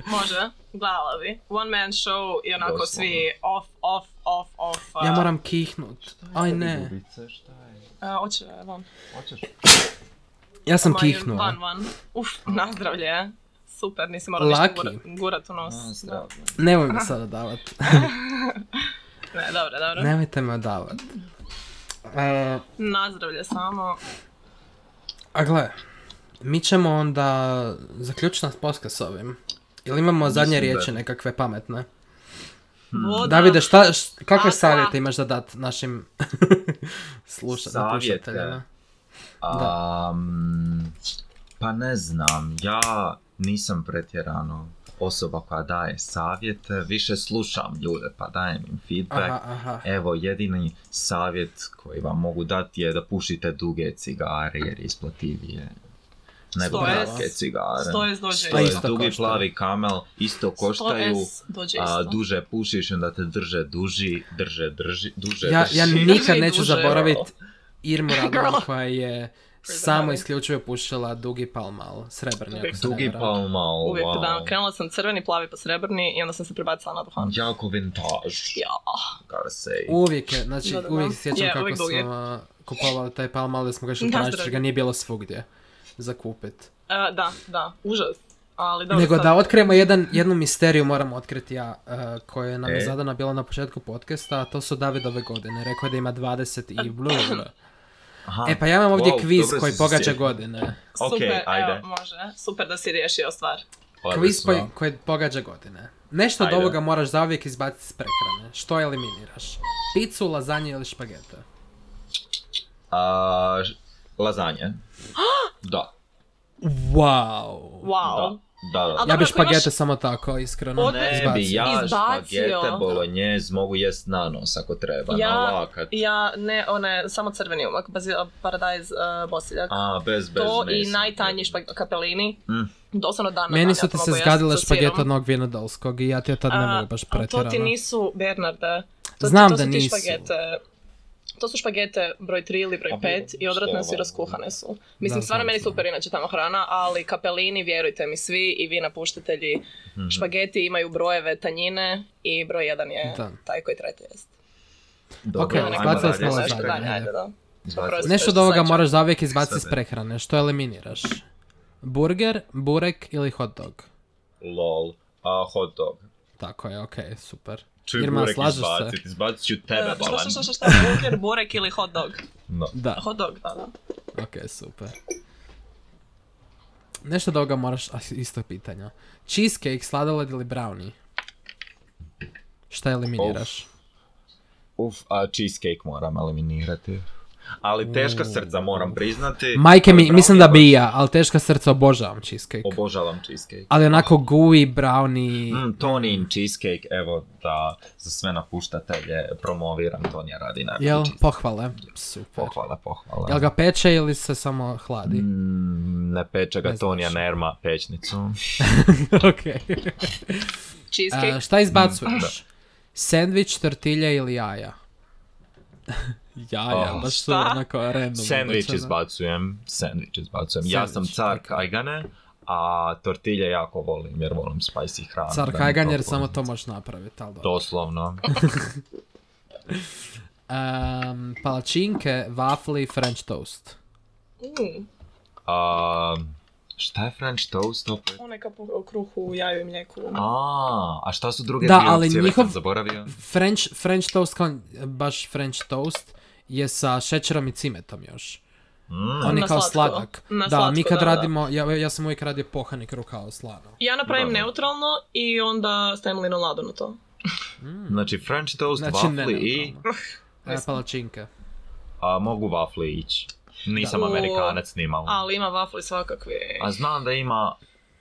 Speaker 2: Može, gledala bi. One man show i onako
Speaker 4: Doslovno.
Speaker 2: svi off, off, off, off.
Speaker 3: Ja
Speaker 2: uh,
Speaker 3: moram kihnut. Aj ne.
Speaker 4: Ljubice, šta je?
Speaker 2: uh, oće van.
Speaker 4: Hoćeš?
Speaker 3: Ja sam
Speaker 2: Ma,
Speaker 3: kihnuo.
Speaker 2: Van, van. Uf, nazdravlje. Super, nisi morao ništa
Speaker 3: Laki.
Speaker 2: gura, gurat u nos.
Speaker 4: A,
Speaker 2: Da.
Speaker 4: zdravo.
Speaker 3: Nemoj me sada
Speaker 2: [laughs]
Speaker 3: davat.
Speaker 2: Ne, dobro, dobro.
Speaker 3: Nemojte me davat. E,
Speaker 2: Nazdravlje samo.
Speaker 3: a gle, mi ćemo onda zaključiti nas podcast s ovim. Ili imamo zadnje
Speaker 4: Mislim da-
Speaker 3: riječi nekakve pametne?
Speaker 4: Hmm.
Speaker 2: Voda.
Speaker 3: Davide, šta, š- kakve
Speaker 2: Aqua.
Speaker 3: savjete imaš da dat našim [laughs] sluša,
Speaker 4: Savjete?
Speaker 3: slušateljima?
Speaker 4: Am, pa ne znam, ja nisam pretjerano osoba koja daje savjet, više slušam ljude pa dajem im feedback.
Speaker 3: Aha, aha.
Speaker 4: Evo, jedini savjet koji vam mogu dati je da pušite duge cigare jer je isplativije nego
Speaker 2: Sto S.
Speaker 4: kratke cigare.
Speaker 2: Sto S dođe
Speaker 4: Sto S,
Speaker 3: Pa isto.
Speaker 4: dugi
Speaker 3: Isto košta.
Speaker 4: plavi kamel isto koštaju.
Speaker 2: 100S dođe
Speaker 4: A,
Speaker 2: isto.
Speaker 4: duže pušiš, onda te drže duži, drže drži, duže
Speaker 3: Ja,
Speaker 4: drži.
Speaker 3: ja
Speaker 4: [laughs]
Speaker 3: nikad neću
Speaker 2: duže,
Speaker 3: zaboraviti
Speaker 2: [laughs]
Speaker 3: Irmu Radman
Speaker 2: Girl.
Speaker 3: koja je samo isključivo pušila dugi palmal, srebrni ako se ne
Speaker 4: Dugi
Speaker 3: varam.
Speaker 4: palma,
Speaker 2: Uvijek
Speaker 4: wow.
Speaker 2: da, krenula sam crveni, plavi pa srebrni i onda sam se prebacila na duhan.
Speaker 4: Jako vintage,
Speaker 2: Ja.
Speaker 4: gotta say.
Speaker 3: Uvijek je, znači
Speaker 2: Da, da, da.
Speaker 3: uvijek se sjećam
Speaker 2: Je,
Speaker 3: kako
Speaker 2: uvijek dugi.
Speaker 3: smo a, kupovali taj palmal da smo ga išli
Speaker 2: Na
Speaker 3: tražiti, jer
Speaker 2: zdravlje.
Speaker 3: ga nije bilo svugdje za kupit.
Speaker 2: E, da, da, užas. Ali dobro,
Speaker 3: Nego
Speaker 2: sad-
Speaker 3: da otkrijemo jedan, jednu misteriju moram otkriti ja, e, koja nam je
Speaker 4: E?
Speaker 3: zadana bila na početku podcasta, a to su Davidove godine. Rekao je da ima 20 i blu.
Speaker 4: Aha,
Speaker 3: E pa ja imam ovdje
Speaker 4: Wow,
Speaker 3: kviz
Speaker 4: dobro
Speaker 3: koji
Speaker 4: si se
Speaker 3: pogađa
Speaker 4: sjetio.
Speaker 3: godine.
Speaker 4: ok,
Speaker 2: super,
Speaker 4: ajde.
Speaker 2: evo, može. Super da si riješio stvar.
Speaker 3: Kviz
Speaker 4: odlično.
Speaker 3: koji, koji pogađa godine. Nešto od
Speaker 4: Ajde.
Speaker 3: ovoga moraš zauvijek izbaciti s prehrane. Što eliminiraš? Picu, lazanje ili špagete?
Speaker 4: A, ž- lazanje. [gasps] Da,
Speaker 3: Wow!
Speaker 2: Wow.
Speaker 4: da, da, da.
Speaker 2: Ali dobro,
Speaker 3: Ja bi
Speaker 2: ako imaš-
Speaker 3: špagete samo tako, iskreno.
Speaker 2: Od-
Speaker 4: Ne
Speaker 3: izbacio.
Speaker 4: bi ja
Speaker 2: Izbacio.
Speaker 4: špagete bolognese mogu jest na nos ako treba,
Speaker 2: Ja-
Speaker 4: pa na lakat.
Speaker 2: Ja, ne, one, samo crveni umak, bazil, paradajz, uh, bosiljak.
Speaker 4: A, bez, bez
Speaker 2: to i
Speaker 4: mesa.
Speaker 2: najtanji špag, kapelini.
Speaker 4: Mm.
Speaker 2: Doslovno dan na
Speaker 3: Meni
Speaker 2: dan,
Speaker 3: su
Speaker 2: ja
Speaker 3: ti
Speaker 2: to
Speaker 3: se
Speaker 2: mogu jesti sa
Speaker 3: zgadile
Speaker 2: sirom.
Speaker 3: špagete od onog vinodolskog i ja ti od tad ne
Speaker 2: A,
Speaker 3: mogu baš
Speaker 2: ali To
Speaker 3: pretjerano.
Speaker 2: ti nisu, Bernarda. To,
Speaker 3: Znam
Speaker 2: to
Speaker 3: da
Speaker 2: su ti
Speaker 3: nisu.
Speaker 2: Špagete, to su špagete broj 3 ili broj
Speaker 4: A
Speaker 2: 5 i odvratne
Speaker 4: što
Speaker 2: su i
Speaker 4: ovo?
Speaker 2: raskuhane su. Mislim,
Speaker 3: Da,
Speaker 2: stvarno
Speaker 3: znam,
Speaker 2: meni
Speaker 3: znam.
Speaker 2: super inače tamo hrana, ali kapelini, vjerujte mi svi i vi napuštitelji,
Speaker 4: Mhm.
Speaker 2: špageti imaju brojeve tanjine i broj 1 je
Speaker 3: Da.
Speaker 2: taj koji trebate jesti.
Speaker 4: Dobro,
Speaker 3: Ok,
Speaker 4: ajmo
Speaker 3: izbacili
Speaker 4: dalje,
Speaker 3: smo
Speaker 2: Ima nešto
Speaker 4: sad
Speaker 3: lazanje,
Speaker 4: čekaj.
Speaker 2: dalje,
Speaker 3: ajde.
Speaker 2: ajde, da.
Speaker 4: Izbacili
Speaker 2: Oprosti.
Speaker 4: smo.
Speaker 3: Nešto od
Speaker 2: što
Speaker 3: ovoga
Speaker 2: sad
Speaker 3: moraš zauvijek izbaciti
Speaker 4: Sad
Speaker 3: s
Speaker 4: ne.
Speaker 3: prehrane. Što eliminiraš? Burger, burek ili hot dog?
Speaker 4: Lol, a hot dog.
Speaker 3: Tako je, okej, super.
Speaker 4: Čuj,
Speaker 3: Irma,
Speaker 4: Burek,
Speaker 3: slažeš se?
Speaker 4: izbacit, izbacit ću tebe,
Speaker 2: E, Šta,
Speaker 4: balan.
Speaker 2: šta, šta, šta, šta, burger, burek ili hot dog?
Speaker 4: No.
Speaker 3: Da,
Speaker 2: Hot dog, da, da.
Speaker 3: ok, super. Nešto od ovoga moraš, a, isto pitanja. Cheesecake, sladoled ili brownie? Šta eliminiraš?
Speaker 4: Uf, a cheesecake moram eliminirati. Ali teška srca moram priznati.
Speaker 3: Majke mi,
Speaker 4: Ali
Speaker 3: mislim
Speaker 4: brownie
Speaker 3: da
Speaker 4: baš
Speaker 3: bi i ja, ali teška srca obožavam cheesecake.
Speaker 4: Obožavam cheesecake.
Speaker 3: Ali onako gooey, brownie,
Speaker 4: Mm, Tonin cheesecake, evo da za sve napuštatelje promoviram, Tonija radi najbolji
Speaker 3: jel?
Speaker 4: cheesecake.
Speaker 3: Pohvale. Super.
Speaker 4: Pohvala, pohvala.
Speaker 3: Jel ga peče ili se samo hladi?
Speaker 4: Mm, ne
Speaker 3: Ne
Speaker 4: peče ga
Speaker 3: znam
Speaker 4: Tonija
Speaker 3: što.
Speaker 4: Nerma pećnicu.
Speaker 3: [laughs] Okej.
Speaker 2: Cheesecake,
Speaker 3: A, E, šta izbacuješ? Sandvič, tortilje ili jaja? [laughs] jaja,
Speaker 4: Oh.
Speaker 3: baš su
Speaker 2: Šta?
Speaker 3: onako random.
Speaker 4: Sandvič
Speaker 3: izbačena.
Speaker 4: izbacujem, sandvič izbacujem. Ja sam
Speaker 3: Sandvič,
Speaker 4: car
Speaker 3: ok.
Speaker 4: kajgane, a tortilje jako volim jer volim spicy hranu. da
Speaker 3: Car
Speaker 4: mi
Speaker 3: Kajgan jer
Speaker 4: to
Speaker 3: samo
Speaker 4: volim.
Speaker 3: to možeš napraviti, ali dobro.
Speaker 4: Doslovno.
Speaker 3: Em, Ehm, palačinke, vafli, french toast.
Speaker 2: Mm,
Speaker 4: A, šta je French toast opet?
Speaker 2: onaj kap u kruhu, jaju i mlijeku.
Speaker 4: A, a šta su druge
Speaker 3: Da,
Speaker 4: dvije
Speaker 3: ali
Speaker 4: opcije, već
Speaker 3: njihov-
Speaker 4: sam zaboravio?
Speaker 3: French, french toast, kao baš french toast, je sa šećerom i cimetom još.
Speaker 4: Mm.
Speaker 3: On je
Speaker 2: Na
Speaker 3: kao
Speaker 2: slatko.
Speaker 3: sladak.
Speaker 2: Na
Speaker 3: da, mi
Speaker 2: slatko,
Speaker 3: kad
Speaker 2: da, da.
Speaker 3: radimo, ja, ja sam uvijek radio pohani kruh kao slano.
Speaker 2: Ja napravim
Speaker 4: Dobro.
Speaker 2: neutralno i onda stavim linoladu na to.
Speaker 4: Znači French toast,
Speaker 3: Hmm. Znači,
Speaker 4: vafli
Speaker 3: ne,
Speaker 4: i...
Speaker 3: neutralno. E, palačinke.
Speaker 4: A, mogu vafli ići. Nisam
Speaker 2: Da.
Speaker 4: Amerikanac nimalo.
Speaker 2: Ali ima vafli svakakvi.
Speaker 4: A znam da ima,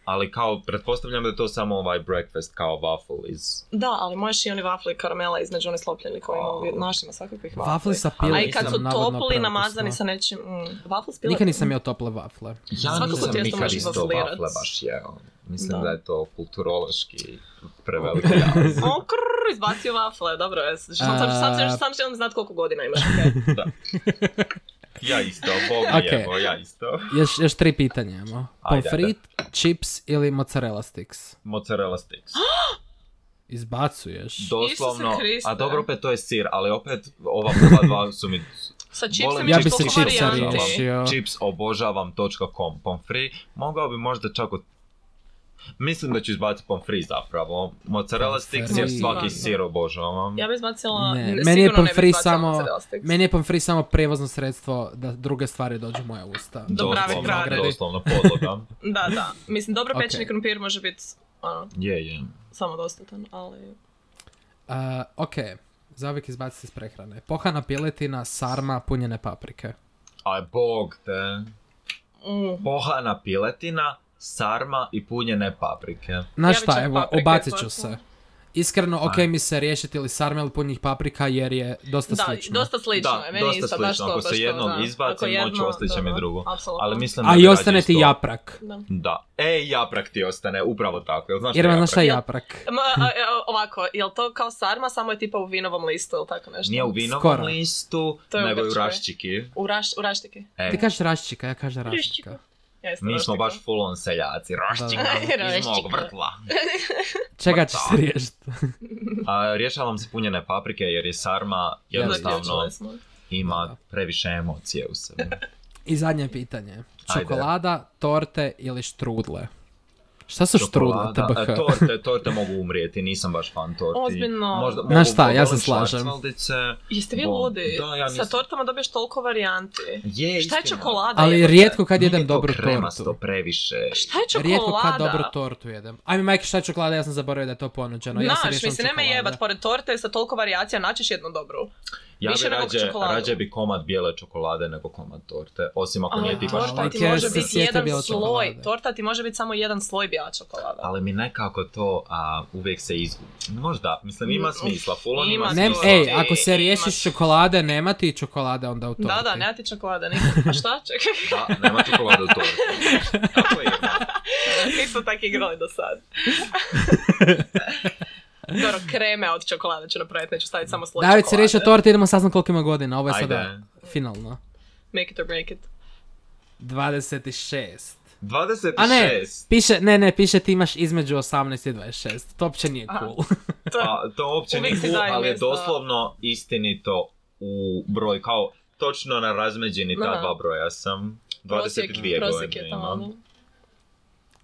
Speaker 4: ali kao, pretpostavljam da je to samo ovaj breakfast kao waffle iz...
Speaker 2: Da, ali možeš i oni vafli karamela između one slopljeni koji ima u
Speaker 4: Au.
Speaker 2: našima svakakvih vafli.
Speaker 3: Vafli sa
Speaker 4: Ali
Speaker 3: piletom.
Speaker 2: A i kad su
Speaker 3: navodno
Speaker 2: topli,
Speaker 3: preukusno.
Speaker 2: namazani sa nečim... Mm, vafli s piletom?
Speaker 3: Nikad nisam jeo tople vafle.
Speaker 4: Ja
Speaker 2: Svako
Speaker 4: nisam
Speaker 2: tijesto
Speaker 4: nikad
Speaker 2: može
Speaker 4: isto
Speaker 2: izvaflirat.
Speaker 4: vafle baš jeo. Mislim
Speaker 2: Da.
Speaker 4: da, je to kulturološki preveliko
Speaker 3: [laughs]
Speaker 4: jaz.
Speaker 2: O, krrr, izbacio vafle, dobro je. Sam, sam, sam, sam želim znat koliko godina imaš. ok.
Speaker 4: Ja isto, Bog mi
Speaker 3: Ok.
Speaker 4: jebo, ja isto.
Speaker 3: Još, još tri pitanja imamo.
Speaker 4: Ajde,
Speaker 3: Pomfrit, chips ili mozzarella sticks?
Speaker 4: Mozzarella sticks.
Speaker 3: Izbacuješ.
Speaker 4: Doslovno,
Speaker 2: Isuse Kriste.
Speaker 4: a dobro opet to je sir, ali opet ova prva dva su mi...
Speaker 2: Sa
Speaker 4: Volim
Speaker 2: čipsem
Speaker 3: Ja
Speaker 2: ja
Speaker 3: bi
Speaker 2: bi
Speaker 3: se
Speaker 2: koliko
Speaker 3: čipsa
Speaker 2: varijanti.
Speaker 3: riješio. Jo.
Speaker 4: Chips obožavam .com pomfri. Mogao bi možda čak od... Mislim da ću izbaciti pomfri zapravo. Mozzarella sticks jer
Speaker 3: Pomfri.
Speaker 4: svaki sir obožavam.
Speaker 2: Ja bi izbacila,
Speaker 3: Ne,
Speaker 2: ne,
Speaker 3: meni je
Speaker 2: sigurno ne
Speaker 3: pomfri
Speaker 2: bi izbacila
Speaker 3: samo-
Speaker 2: mozzarella sticks.
Speaker 3: Meni je pomfri samo prevozno sredstvo da druge stvari dođu u moja usta.
Speaker 2: Do prave
Speaker 4: Doslovno,
Speaker 2: hrane.
Speaker 4: Doslovno, podloga.
Speaker 2: Da, da. Mislim, dobro
Speaker 3: Ok.
Speaker 2: pečeni krumpir može biti ono,
Speaker 4: [laughs] Je, je.
Speaker 2: samodostatan, ali...
Speaker 3: Uh, ok, zavijek izbaciti iz prehrane. Pohana piletina, sarma, punjene paprike.
Speaker 4: Aj, bog te.
Speaker 2: Mm.
Speaker 4: Pohana piletina, sarma i punjene paprike.
Speaker 3: Na
Speaker 2: Ja bi
Speaker 3: šta,
Speaker 2: čak
Speaker 3: evo,
Speaker 2: paprike pa
Speaker 3: obacit ću
Speaker 2: izbacila.
Speaker 3: se. Iskreno, ok
Speaker 4: Ajde.
Speaker 3: mi se riješiti ili sarme ili punjih paprika jer je dosta
Speaker 2: Da,
Speaker 3: slično.
Speaker 2: dosta slično
Speaker 4: Da,
Speaker 2: je. Meni
Speaker 4: dosta
Speaker 2: isto,
Speaker 4: slično.
Speaker 2: baš to,
Speaker 4: Ako
Speaker 2: baš
Speaker 4: se
Speaker 2: to,
Speaker 4: jednom
Speaker 2: da.
Speaker 4: izbacim,
Speaker 2: Ako
Speaker 4: moću,
Speaker 2: jedno,
Speaker 4: ostaće
Speaker 2: da,
Speaker 4: mi
Speaker 2: da,
Speaker 4: drugo.
Speaker 2: Apsolutno.
Speaker 4: Ali mislim da
Speaker 3: A
Speaker 4: bi
Speaker 3: i
Speaker 4: rađe
Speaker 3: ostane ti
Speaker 4: isto.
Speaker 3: japrak.
Speaker 2: Da.
Speaker 4: Da. E, japrak ti ostane, upravo tako. Jel znaš
Speaker 3: Jer
Speaker 4: šta je
Speaker 3: vam znaš
Speaker 4: japrak?
Speaker 3: šta je japrak?
Speaker 2: Ma, a, a, ovako, je li to kao sarma, samo je tipa u vinovom listu ili tako nešto?
Speaker 4: Nije u vinovom
Speaker 3: Skoro.
Speaker 4: listu,
Speaker 2: To je u
Speaker 4: nego je u
Speaker 2: Grčkoj.
Speaker 4: raščiki.
Speaker 2: U, raš, u raštike.
Speaker 4: E,
Speaker 3: Ti kažeš raščika, ja kažem raščika.
Speaker 2: Ja isto
Speaker 4: mi smo
Speaker 2: raštike.
Speaker 4: baš full on seljaci. Raščika
Speaker 2: [laughs]
Speaker 3: Da,
Speaker 2: da.
Speaker 4: iz mog
Speaker 2: Raščika.
Speaker 4: vrtla.
Speaker 2: Pa
Speaker 3: Čega ćeš se riješiti?
Speaker 4: A, rješavam se punjene paprike jer je sarma jednostavno
Speaker 2: Zaključili smo.
Speaker 4: ima previše emocije u sebi.
Speaker 3: I zadnje pitanje.
Speaker 4: Ajde.
Speaker 3: Čokolada, torte ili štrudle? Šta su štrudle,
Speaker 4: Čokolada, e,
Speaker 3: tbh?
Speaker 4: torte, torte mogu umrijeti, nisam baš fan torti.
Speaker 2: Ozbiljno.
Speaker 4: Možda,
Speaker 3: Znaš
Speaker 4: mogu-
Speaker 3: šta, ja se
Speaker 4: volim
Speaker 3: slažem.
Speaker 4: švarcvaldice.
Speaker 2: Jeste vi
Speaker 4: Bom.
Speaker 2: ludi?
Speaker 4: Da, ja
Speaker 2: Sa
Speaker 4: nisam.
Speaker 2: tortama dobiješ toliko varijanti.
Speaker 4: Je,
Speaker 2: Šta je
Speaker 4: istina.
Speaker 2: čokolada?
Speaker 3: Ali
Speaker 2: jebote?
Speaker 3: rijetko kad jedem
Speaker 4: Nije to
Speaker 3: dobru
Speaker 4: kremasto
Speaker 3: tortu.
Speaker 4: previše.
Speaker 2: Šta je čokolada?
Speaker 3: Rijetko kad dobru tortu jedem. Ajme, majke, šta je čokolada? Ja sam zaboravio da je to ponuđeno. ono, ja se
Speaker 2: Znaš,
Speaker 3: rješavam
Speaker 2: mislim, nema
Speaker 3: čokolade.
Speaker 2: jebat, pa pored torte sa toliko varijacija naćiš jednu dobru.
Speaker 4: Ja
Speaker 2: Više
Speaker 4: bi
Speaker 2: nego
Speaker 4: rađe,
Speaker 2: čokoladu.
Speaker 4: rađe bi komad bijele čokolade nego komad torte. Osim ako
Speaker 2: Ali
Speaker 4: nije ti baš
Speaker 2: torta
Speaker 3: Ali
Speaker 2: ti
Speaker 3: kjer
Speaker 2: može
Speaker 3: se
Speaker 2: biti
Speaker 3: sjetio bijele
Speaker 2: jedan sloj.
Speaker 3: čokolade.
Speaker 2: Torta ti može biti samo jedan sloj bijela čokolada.
Speaker 4: ali mi nekako to a, uvijek se izgubi. Možda, mislim ima
Speaker 2: Mm,
Speaker 4: smisla, full on
Speaker 2: ima
Speaker 4: ima
Speaker 3: Ne,
Speaker 4: smisla.
Speaker 3: ej,
Speaker 2: Ti
Speaker 3: ako se riješiš
Speaker 2: znači, imaš-
Speaker 3: čokolade, nema ti čokolade onda u torti.
Speaker 2: Da, da, nema ti čokolada, nikad. A
Speaker 3: [laughs]
Speaker 2: šta? Čekaj, [laughs]
Speaker 4: Da, nema čokolade u torti. Tako je.
Speaker 2: nismo tako igrali do
Speaker 3: [laughs]
Speaker 2: sad. Dobro, kreme od čokolade ću napraviti, neću staviti samo sloj
Speaker 3: David se
Speaker 2: čokolade.
Speaker 3: riješio torte, idemo saznam koliko ima godina. Ovo je sada
Speaker 4: Ajde.
Speaker 3: finalno.
Speaker 2: Make it or break it.
Speaker 3: 26.
Speaker 4: 26.
Speaker 3: A ne, piše, ne, ne, piše ti imaš između 18 i 26. To uopće nije
Speaker 2: Aha.
Speaker 3: cool. [laughs]
Speaker 4: A, to uopće
Speaker 2: Uvijek
Speaker 4: nije
Speaker 2: si
Speaker 4: cool,
Speaker 2: daje
Speaker 4: ali je
Speaker 2: mjesta.
Speaker 4: doslovno istinito u broj, kao točno na razmeđeni ta
Speaker 2: Da.
Speaker 4: dva broja sam. 22
Speaker 2: prosjek
Speaker 4: godine
Speaker 2: je tamo.
Speaker 4: imam.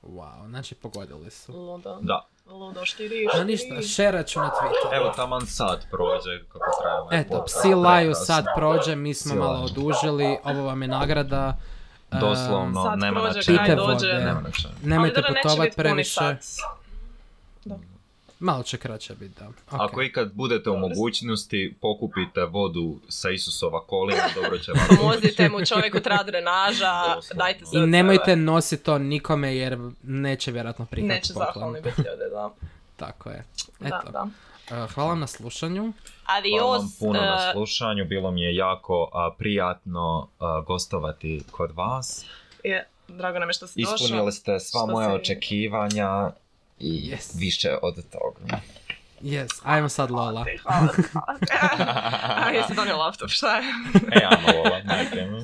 Speaker 3: wow, znači pogodili su.
Speaker 2: Ludo.
Speaker 4: Da,
Speaker 2: Ludo, štiri,
Speaker 3: No
Speaker 2: štiri.
Speaker 3: ništa, šerat ću na Twitter.
Speaker 4: evo taman sad prođe kako trajamo.
Speaker 3: Eto, psi laju sad prođe, mi smo
Speaker 4: Psi
Speaker 3: malo
Speaker 4: laju.
Speaker 3: odužili, ovo vam je nagrada. Ehm,
Speaker 4: Doslovno,
Speaker 2: Sad
Speaker 4: nema
Speaker 2: prođe,
Speaker 4: na
Speaker 2: kraj
Speaker 4: čemu.
Speaker 3: Pite
Speaker 2: dođe.
Speaker 3: vode.
Speaker 4: Nema na čemu.
Speaker 3: Nemojte
Speaker 2: Ali dobro, neće
Speaker 3: putovat
Speaker 2: biti puni
Speaker 3: previše.
Speaker 2: sat.
Speaker 3: Malo će kraće biti, da. Ok.
Speaker 4: Ako ikad budete u mogućnosti, pokupite vodu sa Isusova kolina, dobro
Speaker 2: [laughs]
Speaker 4: će vam.
Speaker 2: Pomozite mu, čovjeku treba
Speaker 3: [laughs]
Speaker 2: drenaža,
Speaker 4: Doslovno.
Speaker 2: dajte se
Speaker 3: I
Speaker 2: od sebe.
Speaker 3: nemojte nositi to nikome jer neće vjerojatno prihvatiti
Speaker 2: Neće zahvalni
Speaker 3: poklon.
Speaker 2: biti ljude, da.
Speaker 3: Tako je.
Speaker 2: Da,
Speaker 3: [laughs] Eto.
Speaker 2: da.
Speaker 3: Eh, Hvala vam na slušanju.
Speaker 4: Hvala
Speaker 2: Adios.
Speaker 4: vam puno na
Speaker 2: eh,
Speaker 4: slušanju, bilo mi je jako a, prijatno a, gostovati kod vas.
Speaker 2: je, drago nam je što si došao.
Speaker 4: Ispunili ste sva
Speaker 2: Što
Speaker 4: moja
Speaker 2: si-
Speaker 4: očekivanja i
Speaker 3: Yes.
Speaker 4: više od
Speaker 2: [laughs]
Speaker 4: toga.
Speaker 3: Yes, ajmo sad Lola.
Speaker 2: Hvala, hvala. [laughs] A, jesi donio laptop, šta je?
Speaker 4: e, ajmo, Lola, majke mi.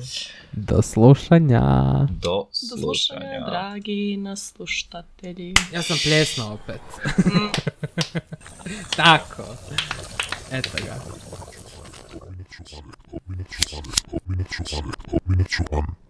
Speaker 3: Do slušanja.
Speaker 4: Do
Speaker 2: Do slušanja,
Speaker 4: slušanja.
Speaker 2: dragi nasluštatelji.
Speaker 3: Ja sam pljesno opet. [laughs] Tako. Eto ga.
Speaker 1: Ominat ću, ominat ću, ominat ću, ominat ću, ominat ću, ominat ću, ominat ću.